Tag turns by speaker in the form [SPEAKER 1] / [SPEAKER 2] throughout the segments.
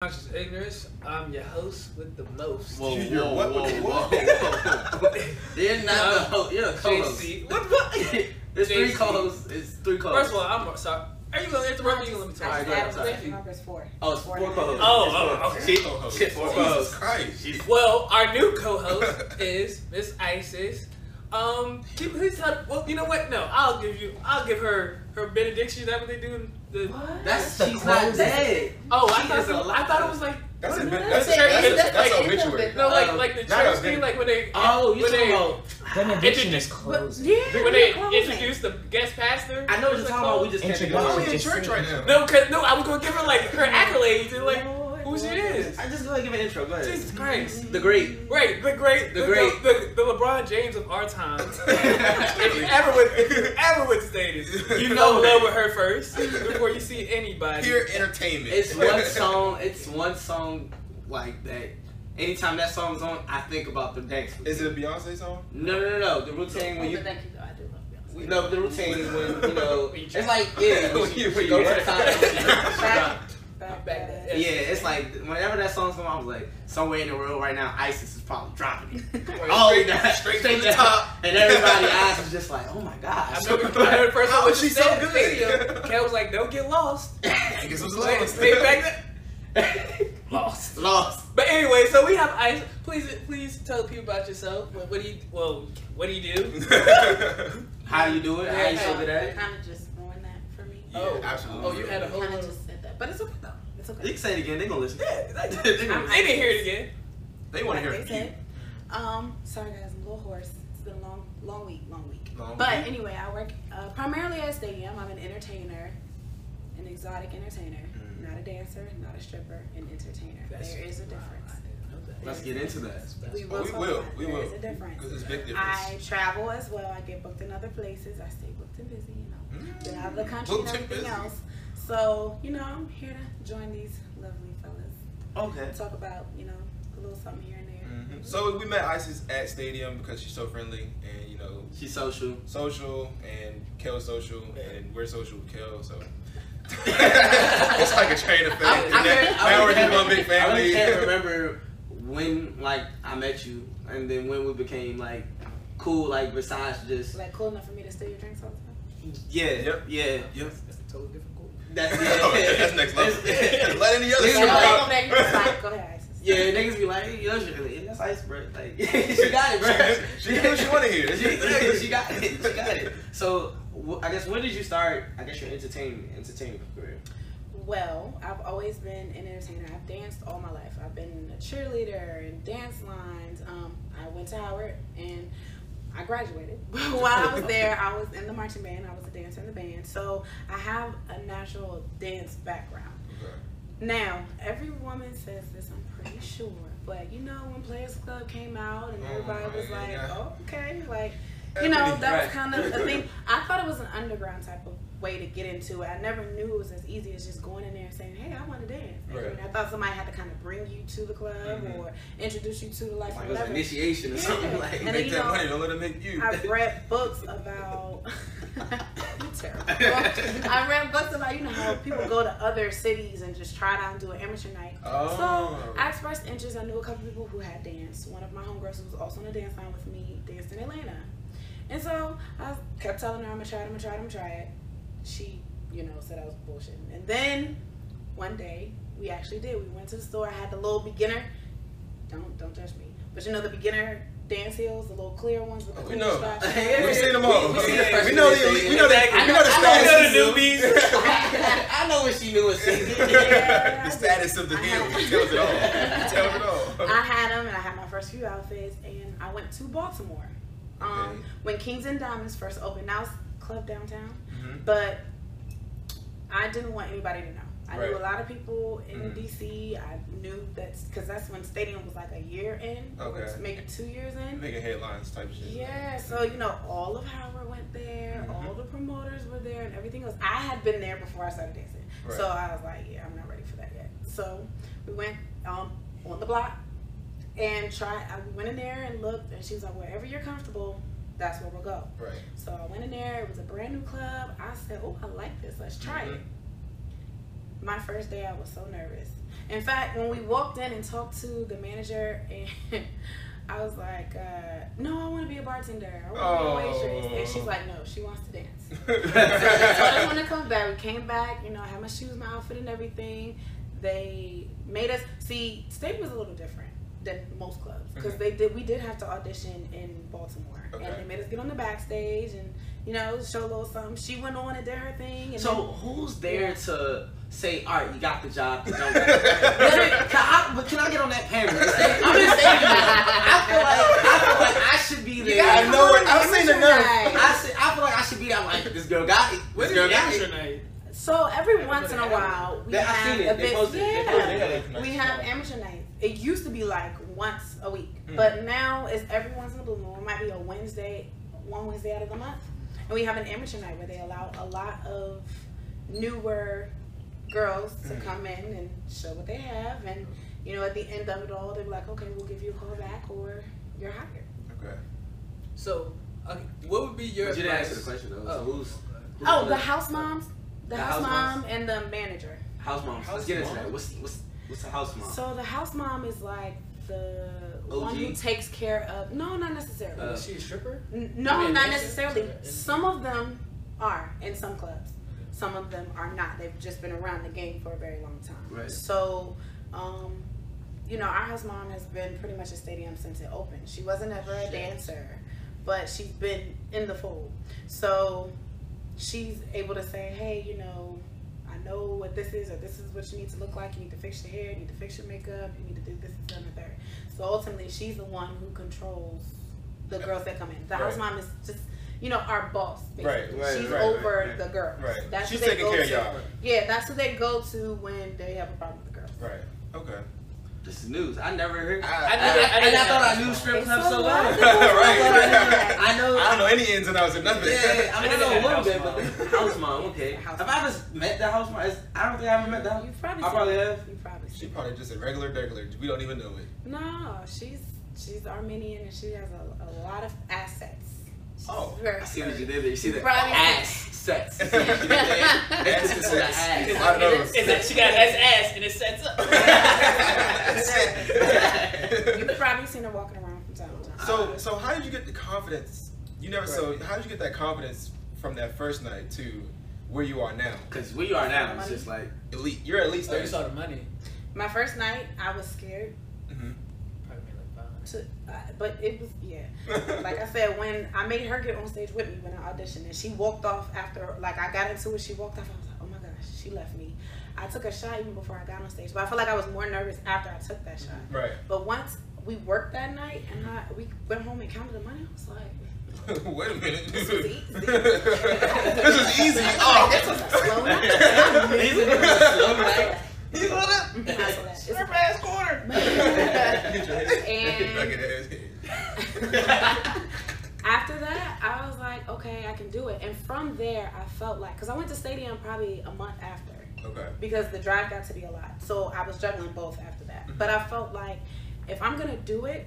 [SPEAKER 1] Conscious Ignorance. I'm your host with the most.
[SPEAKER 2] Whoa,
[SPEAKER 3] You're
[SPEAKER 2] whoa,
[SPEAKER 3] what?
[SPEAKER 2] whoa,
[SPEAKER 3] What?
[SPEAKER 2] whoa, whoa, whoa. They're not
[SPEAKER 1] Um,
[SPEAKER 2] the host. You're the co-host.
[SPEAKER 1] JC. What the fuck?
[SPEAKER 2] There's three
[SPEAKER 1] JC.
[SPEAKER 2] co-hosts. It's three
[SPEAKER 1] First
[SPEAKER 2] co-hosts.
[SPEAKER 1] of all, I'm sorry. Are you gonna interrupt me? You gonna Let me talk.
[SPEAKER 2] All right, go ahead,
[SPEAKER 4] Adam
[SPEAKER 2] sorry.
[SPEAKER 4] Cliff, Numbers four.
[SPEAKER 2] Oh, it's four co-hosts.
[SPEAKER 1] Oh, oh,
[SPEAKER 2] It's
[SPEAKER 1] okay.
[SPEAKER 2] four co-hosts.
[SPEAKER 3] Jesus
[SPEAKER 2] Shit, four co-hosts.
[SPEAKER 3] Christ.
[SPEAKER 2] She's-
[SPEAKER 1] Well, our new co-host is Miss Isis. Um, she, please tell. Well, you know what? No, I'll give you. I'll give her her benediction. Is that what they do? in The,
[SPEAKER 4] What?
[SPEAKER 2] That's
[SPEAKER 3] the
[SPEAKER 2] she's not
[SPEAKER 3] closest.
[SPEAKER 2] dead.
[SPEAKER 1] oh, I
[SPEAKER 2] She
[SPEAKER 1] thought.
[SPEAKER 2] is
[SPEAKER 1] It, I
[SPEAKER 2] alive.
[SPEAKER 1] thought it was like
[SPEAKER 3] That's a
[SPEAKER 4] No, no,
[SPEAKER 3] that's a-
[SPEAKER 4] that's a-
[SPEAKER 3] that's a-
[SPEAKER 4] that's
[SPEAKER 3] that's
[SPEAKER 4] like-
[SPEAKER 3] obituary.
[SPEAKER 1] no, like
[SPEAKER 2] Um,
[SPEAKER 1] like the
[SPEAKER 3] not
[SPEAKER 1] church
[SPEAKER 3] a
[SPEAKER 1] thing,
[SPEAKER 3] big-
[SPEAKER 1] like when they.
[SPEAKER 2] Oh, you
[SPEAKER 1] when
[SPEAKER 2] talking
[SPEAKER 1] they,
[SPEAKER 2] about?
[SPEAKER 5] Benediction
[SPEAKER 1] Introdu-
[SPEAKER 5] is closed.
[SPEAKER 4] Yeah.
[SPEAKER 1] when they
[SPEAKER 4] what was it?
[SPEAKER 1] introduced the guest pastor?
[SPEAKER 2] I know what you're
[SPEAKER 1] What's it
[SPEAKER 2] talking about. We
[SPEAKER 1] called?
[SPEAKER 2] just can't think
[SPEAKER 3] Why
[SPEAKER 2] of
[SPEAKER 3] we
[SPEAKER 2] it.
[SPEAKER 3] in church right now?
[SPEAKER 1] No, cause no, I was gonna give her like her accolades and like who she is.
[SPEAKER 2] I just go ahead and give an intro. Go ahead.
[SPEAKER 1] Jesus Christ.
[SPEAKER 2] The great.
[SPEAKER 1] Right, the great,
[SPEAKER 2] The great.
[SPEAKER 1] the, the, the LeBron James of our time. if you
[SPEAKER 3] Literally.
[SPEAKER 1] ever would, if you ever would stay this, you know in love with her first before you see anybody.
[SPEAKER 3] Pure entertainment.
[SPEAKER 2] It's one song. It's one song like that. Anytime that song's on, I think about the dance.
[SPEAKER 3] Is it a Beyonce song?
[SPEAKER 2] No, no, no, no. The routine when you
[SPEAKER 4] Thank you, though. I do love
[SPEAKER 2] We know the routine when you know it's like yeah, when she,
[SPEAKER 3] When
[SPEAKER 2] she
[SPEAKER 3] you
[SPEAKER 2] go to
[SPEAKER 3] work.
[SPEAKER 2] the top. and she- she drop.
[SPEAKER 4] Beyonce. Back,
[SPEAKER 1] Back-
[SPEAKER 4] that
[SPEAKER 2] Yeah,
[SPEAKER 4] up.
[SPEAKER 2] it's like whenever that song's on, I was like, somewhere in the world right now, ISIS is probably dropping it. All
[SPEAKER 3] straight-
[SPEAKER 2] that,
[SPEAKER 3] straight to the
[SPEAKER 2] down.
[SPEAKER 3] top.
[SPEAKER 2] and everybody eyes is just like, oh my
[SPEAKER 1] I
[SPEAKER 2] gosh.
[SPEAKER 1] remember, I remember the first time
[SPEAKER 3] How
[SPEAKER 1] when
[SPEAKER 3] is
[SPEAKER 1] she
[SPEAKER 3] she so
[SPEAKER 1] said
[SPEAKER 3] good?
[SPEAKER 1] video, Kel was like, "Don't get lost."
[SPEAKER 3] I guess it was
[SPEAKER 1] Stay,
[SPEAKER 3] lost.
[SPEAKER 1] stay back there.
[SPEAKER 2] lost, lost.
[SPEAKER 1] But anyway, so we have ice. Please, please tell people about yourself. What, what do you? Well, what do you do?
[SPEAKER 2] How you do it? How you show
[SPEAKER 4] Okay,
[SPEAKER 2] that?
[SPEAKER 4] Kind of just ruined that for me.
[SPEAKER 3] Yeah,
[SPEAKER 1] Oh.
[SPEAKER 3] absolutely.
[SPEAKER 1] Oh, you had a whole.
[SPEAKER 4] Kind of
[SPEAKER 1] Little,
[SPEAKER 4] just said that, but it's okay though. It's okay.
[SPEAKER 2] You can say it again. They gonna listen.
[SPEAKER 1] yeah,
[SPEAKER 2] They gonna
[SPEAKER 1] I
[SPEAKER 2] listen.
[SPEAKER 1] didn't hear it again.
[SPEAKER 3] They want to hear
[SPEAKER 4] Like
[SPEAKER 3] it
[SPEAKER 4] they
[SPEAKER 3] from you.
[SPEAKER 4] said. Um, sorry guys, I'm a little hoarse. It's been a long, long week, long week.
[SPEAKER 3] Long
[SPEAKER 4] but
[SPEAKER 3] week.
[SPEAKER 4] anyway, I work uh, primarily at Stadium. I'm an entertainer, an exotic entertainer,
[SPEAKER 3] Mm.
[SPEAKER 4] not a dancer, not a stripper, an entertainer.
[SPEAKER 1] That's-
[SPEAKER 4] there is a difference.
[SPEAKER 2] Let's get into that.
[SPEAKER 4] We
[SPEAKER 3] Oh, we
[SPEAKER 4] will. talk
[SPEAKER 3] will.
[SPEAKER 4] about it.
[SPEAKER 3] We
[SPEAKER 4] There
[SPEAKER 3] will.
[SPEAKER 4] is a difference.
[SPEAKER 3] Because it's a big difference.
[SPEAKER 4] I travel as well. I get booked in other places. I stay booked and busy, you know,
[SPEAKER 3] Mm.
[SPEAKER 4] been out of the country and
[SPEAKER 3] Booked and
[SPEAKER 4] everything
[SPEAKER 3] busy.
[SPEAKER 4] else. So you know, I'm here to join these lovely fellas.
[SPEAKER 2] Okay.
[SPEAKER 4] Talk about you know a little something here and there.
[SPEAKER 2] Mm-hmm.
[SPEAKER 3] Mhm. So we met Isis at Stadium because she's so friendly and you know
[SPEAKER 2] She's social.
[SPEAKER 3] social and Kel's social and we're social with Kel. So it's like a train of
[SPEAKER 2] I,
[SPEAKER 3] family.
[SPEAKER 2] I,
[SPEAKER 3] Now-
[SPEAKER 2] can't- I,
[SPEAKER 3] now
[SPEAKER 2] really
[SPEAKER 3] we're just
[SPEAKER 2] can't-
[SPEAKER 3] one big
[SPEAKER 2] I really
[SPEAKER 3] family.
[SPEAKER 2] can't remember when like I met you, and then when we became like cool. Like besides just
[SPEAKER 4] Like cool enough for me to steal your drinks all the time.
[SPEAKER 2] yeah,
[SPEAKER 3] Yep.
[SPEAKER 2] yeah.
[SPEAKER 3] Yep.
[SPEAKER 1] That's a totally different goal.
[SPEAKER 2] That's yeah.
[SPEAKER 3] Oh, yeah, that's next level.
[SPEAKER 2] It's-
[SPEAKER 3] Let any other
[SPEAKER 2] Yeah,
[SPEAKER 3] shit
[SPEAKER 2] like-
[SPEAKER 3] out.
[SPEAKER 4] Go ahead, Isis.
[SPEAKER 2] yeah, niggas be like, yo, she, like, that's ice, bro. Like she got it, bro.
[SPEAKER 3] She, she knew what she wanted to hear. That's
[SPEAKER 2] she,
[SPEAKER 3] it.
[SPEAKER 2] she got it. She got it. So wh- I guess when did you start? I guess your entertainment entertainment career.
[SPEAKER 4] Well, I've always been an entertainer. I've danced all my life. I've been a cheerleader and dance lines. Um, I went to Howard and I graduated. While I was there, I was in the marching band. I was a dancer in the band. So I have a natural dance background. Now, every woman says this, I'm pretty sure. But you know, when Players Club came out and
[SPEAKER 3] Oh
[SPEAKER 4] everybody was
[SPEAKER 3] my
[SPEAKER 4] like,
[SPEAKER 3] God.
[SPEAKER 4] okay, like, you know, that was
[SPEAKER 2] Right.
[SPEAKER 4] kind of a thing. I thought it was an underground type of way to get into it. I never knew it was as easy as just going in there and saying, hey, I want to dance. I mean,
[SPEAKER 3] Right.
[SPEAKER 4] I thought somebody had to kind of bring you to the club
[SPEAKER 3] Mhm.
[SPEAKER 4] or introduce you to the life.
[SPEAKER 2] Like it
[SPEAKER 4] or
[SPEAKER 2] was
[SPEAKER 4] whatever.
[SPEAKER 2] initiation or something
[SPEAKER 4] Yeah.
[SPEAKER 2] like.
[SPEAKER 4] And
[SPEAKER 3] Make
[SPEAKER 4] then, you
[SPEAKER 3] that
[SPEAKER 4] know,
[SPEAKER 3] money. Don't let it make you.
[SPEAKER 4] I've read books about. You're terrible. I read books about you know how people go to other cities and just try it out and do an amateur night.
[SPEAKER 3] Oh.
[SPEAKER 4] So I expressed interest. I knew a couple people who had danced. One of my homegirls who was also on the dance line with me danced in Atlanta, and so I kept telling her I'm gonna try it, I'm gonna try it, I'm gonna try it. She, you know, said I was bullshitting, and then one day we actually did. We went to the store. I had the little beginner. Don't don't judge me, but you know the beginner dance heels, the little clear ones with the
[SPEAKER 3] Oh, we
[SPEAKER 4] clear
[SPEAKER 3] know.
[SPEAKER 4] straps.
[SPEAKER 2] Hey,
[SPEAKER 3] We've seen them all.
[SPEAKER 2] We- we seen
[SPEAKER 1] the
[SPEAKER 3] We
[SPEAKER 2] freshman
[SPEAKER 3] know the
[SPEAKER 2] year
[SPEAKER 3] elite.
[SPEAKER 2] thing.
[SPEAKER 3] We know the.
[SPEAKER 2] Exactly.
[SPEAKER 3] We know
[SPEAKER 2] I know-
[SPEAKER 3] the
[SPEAKER 2] I know
[SPEAKER 3] status.
[SPEAKER 2] the
[SPEAKER 3] newbies.
[SPEAKER 2] I know what she knew was
[SPEAKER 4] Yeah, I
[SPEAKER 3] the
[SPEAKER 4] did.
[SPEAKER 3] status of the
[SPEAKER 4] I
[SPEAKER 3] heel
[SPEAKER 4] had-
[SPEAKER 3] it tells it all. It tells it all.
[SPEAKER 4] I had them, and I had my first few outfits, and I went to Baltimore. Um,
[SPEAKER 3] Okay.
[SPEAKER 4] When Kings and Diamonds first opened, now it's Club Downtown,
[SPEAKER 3] Mhm.
[SPEAKER 4] but I didn't want anybody to know. I knew
[SPEAKER 3] Right.
[SPEAKER 4] a lot of people in
[SPEAKER 3] Mhm.
[SPEAKER 4] DC. I knew that's because that's when Stadium was like a year in, or
[SPEAKER 3] Okay.
[SPEAKER 4] t- maybe two years in.
[SPEAKER 3] Making headlines type shit.
[SPEAKER 4] Yeah, so you know, all of Howard went there,
[SPEAKER 3] Mhm.
[SPEAKER 4] all the promoters were there, and everything else. I had been there before I started dancing,
[SPEAKER 3] Right.
[SPEAKER 4] so I was like, yeah, I'm not ready for that yet. So we went um, on the block and tried. I went in there and looked, and she was like, wherever you're comfortable, that's where we'll go.
[SPEAKER 3] Right.
[SPEAKER 4] So I went in there. It was a brand new club. I said, oh, I like this. Let's try it. my first day, I was so nervous. In fact, when we walked in and talked to the manager, and I was like, uh, "No, I want to be a bartender. I want to be a waitress."
[SPEAKER 3] Oh.
[SPEAKER 4] And she's like, "No, she wants to dance." so they told us
[SPEAKER 3] yeah.
[SPEAKER 4] when to come back. We came back, you know, I had my shoes, my outfit, and everything. They made us see. State was a little different than most clubs because
[SPEAKER 2] Mm-hmm.
[SPEAKER 3] Mhm.
[SPEAKER 4] they did. We did have to audition in Baltimore, and
[SPEAKER 3] Okay.
[SPEAKER 4] they made us get on the backstage and you know show a little something. She went on and did her thing. And
[SPEAKER 2] So who's there to say, all right, you got the job, to jump in"?
[SPEAKER 4] Let
[SPEAKER 2] Let
[SPEAKER 4] me-
[SPEAKER 2] me- can I, but can I get on that panel? I'm just saying, I'm just saying, I feel like I feel like I should be
[SPEAKER 4] You
[SPEAKER 2] there.
[SPEAKER 4] gotta
[SPEAKER 3] I
[SPEAKER 4] come
[SPEAKER 3] know
[SPEAKER 4] on
[SPEAKER 3] it. I've
[SPEAKER 4] amateur
[SPEAKER 3] seen the nerve.
[SPEAKER 4] night.
[SPEAKER 2] I, should, I feel like I should be. there. I'm like, this girl got it.
[SPEAKER 1] What
[SPEAKER 2] This
[SPEAKER 1] is
[SPEAKER 2] girl got
[SPEAKER 1] amateur
[SPEAKER 2] it.
[SPEAKER 1] night?
[SPEAKER 4] So every
[SPEAKER 1] Yeah,
[SPEAKER 4] once in a
[SPEAKER 1] but-
[SPEAKER 4] while, we
[SPEAKER 2] They- I
[SPEAKER 4] have
[SPEAKER 2] seen it. They
[SPEAKER 4] events-
[SPEAKER 2] posted it. They
[SPEAKER 4] yeah.
[SPEAKER 2] posted it.
[SPEAKER 4] We have amateur nights. It used to be like once a week,
[SPEAKER 3] Mm.
[SPEAKER 4] but now it's every once in a blue moon. It might be a Wednesday, one Wednesday out of the month, and we have an amateur night where they allow a lot of newer girls to
[SPEAKER 3] Mm.
[SPEAKER 4] come in and show what they have. And you know, at the end of it all, they're like, "Okay, we'll give you a call back, or you're hired."
[SPEAKER 3] Okay.
[SPEAKER 1] So, okay, what would be your
[SPEAKER 2] But you didn't
[SPEAKER 1] advice?
[SPEAKER 2] answer the question though.
[SPEAKER 1] Oh.
[SPEAKER 2] So who's who's
[SPEAKER 4] Oh, the
[SPEAKER 2] the
[SPEAKER 4] house moms,
[SPEAKER 2] The
[SPEAKER 4] the, house,
[SPEAKER 2] house
[SPEAKER 4] mom,
[SPEAKER 2] moms.
[SPEAKER 4] and the manager.
[SPEAKER 2] house mom? Let's
[SPEAKER 3] House
[SPEAKER 2] get into
[SPEAKER 3] mom?
[SPEAKER 2] that. What's what's what's a house mom?
[SPEAKER 4] So the house mom is like the one
[SPEAKER 2] OG?
[SPEAKER 4] who takes care of. No, not necessarily.
[SPEAKER 2] Uh,
[SPEAKER 1] Is she a stripper?
[SPEAKER 4] N- no,
[SPEAKER 1] I mean,
[SPEAKER 4] not
[SPEAKER 1] it's-
[SPEAKER 4] necessarily.
[SPEAKER 1] it's-
[SPEAKER 4] Some of them are in some clubs. Some of them are not. They've just been around the game for a very long time.
[SPEAKER 2] Right.
[SPEAKER 4] So, um, you know, our house mom has been pretty much a stadium since it opened. She wasn't ever a
[SPEAKER 1] Shit.
[SPEAKER 4] dancer, but she's been in the fold. So she's able to say, hey, you know, I know what this is, or this is what you need to look like. You need to fix your hair, you need to fix your makeup, you need to do this, this, and the third. So ultimately, she's the one who controls the girls that come in. The house
[SPEAKER 3] Right.
[SPEAKER 4] mom is just, you know, our boss. Basically.
[SPEAKER 2] Right, right,
[SPEAKER 4] she's
[SPEAKER 3] right,
[SPEAKER 4] over
[SPEAKER 3] right, right.
[SPEAKER 4] the girls.
[SPEAKER 3] Right.
[SPEAKER 4] That's
[SPEAKER 3] She's
[SPEAKER 4] who they
[SPEAKER 3] taking
[SPEAKER 4] go
[SPEAKER 3] care of
[SPEAKER 4] to.
[SPEAKER 3] y'all.
[SPEAKER 4] Yeah, that's who they go to when they have a problem with the girls.
[SPEAKER 3] Right. Okay.
[SPEAKER 2] this is news. I never heard.
[SPEAKER 1] I
[SPEAKER 2] I,
[SPEAKER 3] I,
[SPEAKER 1] never-
[SPEAKER 2] I, and I
[SPEAKER 1] didn't
[SPEAKER 2] thought
[SPEAKER 1] know.
[SPEAKER 2] I knew strip
[SPEAKER 4] It's
[SPEAKER 2] clubs
[SPEAKER 4] a
[SPEAKER 2] so
[SPEAKER 4] lot
[SPEAKER 2] well. I
[SPEAKER 4] of people
[SPEAKER 2] thought I knew
[SPEAKER 4] that.
[SPEAKER 2] that. I know.
[SPEAKER 3] I don't know any ins and outs of nothing.
[SPEAKER 2] Yeah, I
[SPEAKER 1] I
[SPEAKER 2] mean, I
[SPEAKER 1] didn't
[SPEAKER 2] know a
[SPEAKER 1] have
[SPEAKER 2] little
[SPEAKER 1] house
[SPEAKER 2] bit, but
[SPEAKER 1] mom.
[SPEAKER 2] the house mom, okay.
[SPEAKER 4] House
[SPEAKER 2] Have I just met the house mom? It's- I don't think I ever met the house
[SPEAKER 4] You probably.
[SPEAKER 2] I probably
[SPEAKER 4] see-
[SPEAKER 2] have.
[SPEAKER 4] You probably.
[SPEAKER 3] She
[SPEAKER 4] see.
[SPEAKER 3] probably just a regular regular. We don't even know it.
[SPEAKER 4] No, she's she's Armenian and she has a, a lot of assets. She's
[SPEAKER 3] Oh,
[SPEAKER 4] very
[SPEAKER 2] I see what you did there. You see the
[SPEAKER 4] Probably.
[SPEAKER 2] ass sex. You see what you did there?
[SPEAKER 4] That's
[SPEAKER 2] That's
[SPEAKER 3] Ass
[SPEAKER 2] just
[SPEAKER 3] is
[SPEAKER 2] the
[SPEAKER 3] sex.
[SPEAKER 2] ass.
[SPEAKER 3] A lot of those.
[SPEAKER 1] Is that she got ass ass and it sets up?
[SPEAKER 4] You've probably seen her walking around from time to time.
[SPEAKER 3] So so how did you get the confidence? You never so how did you get that confidence from that first night to where you are now?
[SPEAKER 2] Because where you are now, it's just like,
[SPEAKER 3] Elite. You're at least
[SPEAKER 1] so Oh, you
[SPEAKER 3] there.
[SPEAKER 1] saw the money.
[SPEAKER 4] my first night, I was scared,
[SPEAKER 1] Probably made like five hundred.
[SPEAKER 4] to, uh, but it was yeah.
[SPEAKER 3] Mm-hmm.
[SPEAKER 4] Like I said, when I made her get on stage with me when I auditioned, and she walked off after like I got into it, she walked off. I was like, oh my gosh, she left me. I took a shot even before I got on stage, but I feel like I was more nervous after I took that shot.
[SPEAKER 3] right.
[SPEAKER 4] But once we worked that night and I, we went home and counted the money, I was like.
[SPEAKER 3] Wait a minute.
[SPEAKER 4] This was easy.
[SPEAKER 3] this was easy. Oh,
[SPEAKER 4] This was a slow night.
[SPEAKER 2] these are the slow night.
[SPEAKER 3] You know that?
[SPEAKER 4] It's a
[SPEAKER 3] ass corner.
[SPEAKER 4] After that, I was like, okay, I can do it. And from there, I felt like, because I went to stadium probably a month after
[SPEAKER 3] okay.
[SPEAKER 4] because the drive got to be a lot. So I was juggling both after that.
[SPEAKER 3] Mhm.
[SPEAKER 4] But I felt like if I'm gonna do it,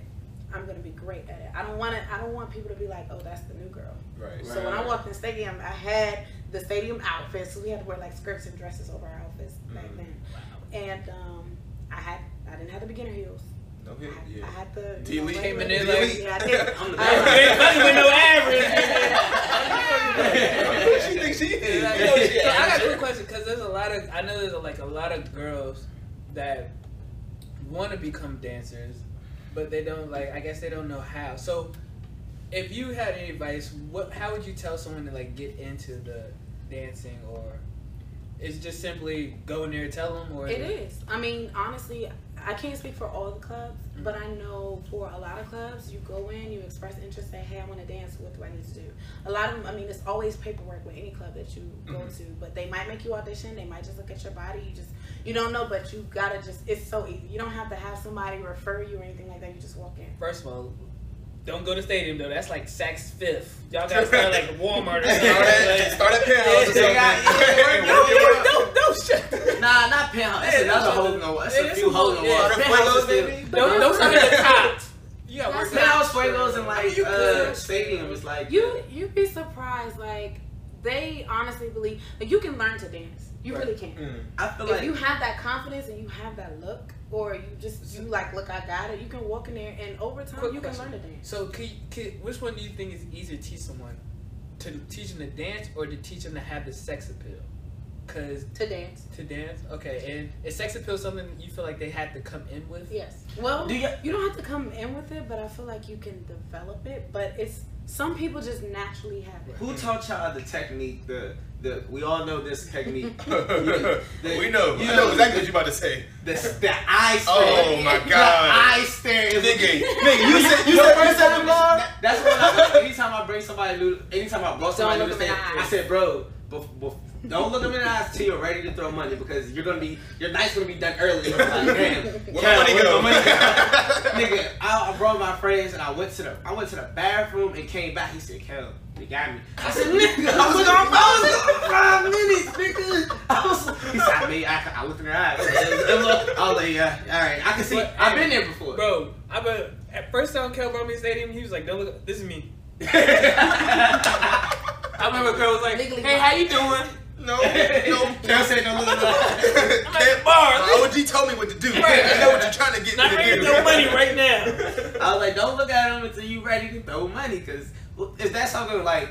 [SPEAKER 4] I'm gonna be great at it. I don't want to. I don't want people to be like, oh, that's the new girl.
[SPEAKER 3] Right.
[SPEAKER 4] So when I walked in stadium, I had the stadium outfits. So we had to wear like skirts and dresses over our outfits back
[SPEAKER 3] Mhm.
[SPEAKER 4] then. And um, I had I didn't have the beginner heels.
[SPEAKER 3] No
[SPEAKER 4] I
[SPEAKER 3] hit.
[SPEAKER 4] had, I
[SPEAKER 3] Yeah.
[SPEAKER 4] had the you know,
[SPEAKER 3] Delete.
[SPEAKER 1] Came in there
[SPEAKER 4] regular-
[SPEAKER 1] like-
[SPEAKER 4] yeah, I did.
[SPEAKER 2] I'm the
[SPEAKER 4] I-
[SPEAKER 1] Big money with no
[SPEAKER 3] Who
[SPEAKER 1] average.
[SPEAKER 3] she think she
[SPEAKER 1] So
[SPEAKER 3] is?
[SPEAKER 1] I got a quick question because there's a lot of I know there's like a lot of girls that want to become dancers, but they don't like. I guess they don't know how. So, if you had any advice, what how would you tell someone to like get into the dancing, or is it just simply go in there, tell them, or
[SPEAKER 4] It is. I mean, honestly, I can't speak for all the clubs, but I know for a lot of clubs, you go in, you express interest, say, hey, I want to dance. What do I need to do? A lot of them, I mean, it's always paperwork with any club that you go
[SPEAKER 3] Mhm.
[SPEAKER 4] to, but they might make you audition. They might just look at your body. You just, you don't know, but you gotta just, it's so easy. You don't have to have somebody refer you or anything like that. You just walk in.
[SPEAKER 1] First of all, don't go to stadium though. That's like Saks Fifth. Y'all gotta start like Walmart or something. Like,
[SPEAKER 3] Start at penthouse or
[SPEAKER 2] They got-
[SPEAKER 3] something.
[SPEAKER 1] No, no, no, no, shit.
[SPEAKER 2] Nah, not pound. That's
[SPEAKER 1] Yeah,
[SPEAKER 2] another
[SPEAKER 1] that's a-
[SPEAKER 2] hole in the wall. That's
[SPEAKER 1] yeah,
[SPEAKER 2] a
[SPEAKER 1] that's
[SPEAKER 2] few
[SPEAKER 1] a
[SPEAKER 2] holes in
[SPEAKER 1] hole,
[SPEAKER 2] the wall.
[SPEAKER 1] yeah.
[SPEAKER 2] Penthouse is still-
[SPEAKER 4] But
[SPEAKER 1] Those, those are the top. You gotta work
[SPEAKER 4] That's
[SPEAKER 1] that out.
[SPEAKER 2] Penthouse, Fuegos, and
[SPEAKER 1] Are
[SPEAKER 2] like
[SPEAKER 1] you
[SPEAKER 2] uh,
[SPEAKER 1] good?
[SPEAKER 2] stadium is like
[SPEAKER 4] You you'd be surprised. Like they honestly believe like you can learn to dance. You really can't.
[SPEAKER 3] Mm.
[SPEAKER 2] I feel
[SPEAKER 4] If
[SPEAKER 2] like
[SPEAKER 4] you have that confidence and you have that look, or you just you like, look, I got it. You can walk in there, and over time,
[SPEAKER 1] Quick
[SPEAKER 4] you
[SPEAKER 1] question.
[SPEAKER 4] can learn to dance.
[SPEAKER 1] So, could, could, which one do you think is easier to teach someone? To teach them to dance or to teach them to have the sex appeal? Because
[SPEAKER 4] To dance,
[SPEAKER 1] to dance, okay, and is sex appeal something you feel like they had to come in with?
[SPEAKER 4] yes. Well,
[SPEAKER 2] do you
[SPEAKER 4] you don't have to come in with it, but I feel like you can develop it. But it's some people just naturally have it.
[SPEAKER 2] who taught y'all the technique? The the we all know this technique.
[SPEAKER 3] Mm. we know.
[SPEAKER 2] You
[SPEAKER 3] I
[SPEAKER 2] know-
[SPEAKER 3] know exactly what you about to say.
[SPEAKER 2] The, the eye
[SPEAKER 3] Oh
[SPEAKER 2] stare.
[SPEAKER 3] my
[SPEAKER 2] The
[SPEAKER 3] God.
[SPEAKER 2] eye stare is
[SPEAKER 3] Nigga, nigga, you said you
[SPEAKER 2] No,
[SPEAKER 3] said
[SPEAKER 2] every
[SPEAKER 3] first
[SPEAKER 2] time-
[SPEAKER 3] time mom.
[SPEAKER 2] That's what I do. Anytime I bring somebody new, anytime I brought somebody
[SPEAKER 4] Don't
[SPEAKER 2] new to
[SPEAKER 4] look them in
[SPEAKER 2] stand,
[SPEAKER 4] the
[SPEAKER 2] I
[SPEAKER 4] eyes.
[SPEAKER 2] said, bro, bef- bef- don't look them in the eyes till you're ready to throw money because you're gonna be your night's gonna be done early. I'm like, damn, yeah,
[SPEAKER 3] Where my money
[SPEAKER 2] where
[SPEAKER 3] go?
[SPEAKER 2] my money go? nigga, I, I brought my friends and I went to the I went to the bathroom and came back. He said, Kel, they got me. I said, nigga, I was gone, I was gone five minutes, nigga. I was, he said, I mean, I, I looked in their eyes. I was like, yeah, all right, I can see.
[SPEAKER 1] But-
[SPEAKER 2] I've been there before.
[SPEAKER 1] Bro, I bet at first time Kel brought me to the stadium, he was like, "Don't look, this is me." I remember Kel was like,
[SPEAKER 4] Legally
[SPEAKER 1] "Hey, how you doing?"
[SPEAKER 3] No, no.
[SPEAKER 2] Don't say no little lie.
[SPEAKER 3] Can't
[SPEAKER 1] bar.
[SPEAKER 3] My OG told me what to do.
[SPEAKER 1] Right.
[SPEAKER 3] I know what you're trying to get
[SPEAKER 1] Not
[SPEAKER 3] me to
[SPEAKER 1] bringing
[SPEAKER 3] do.
[SPEAKER 1] no money right now.
[SPEAKER 2] I was like, don't look at them until you ready to throw money, cause well, is that something like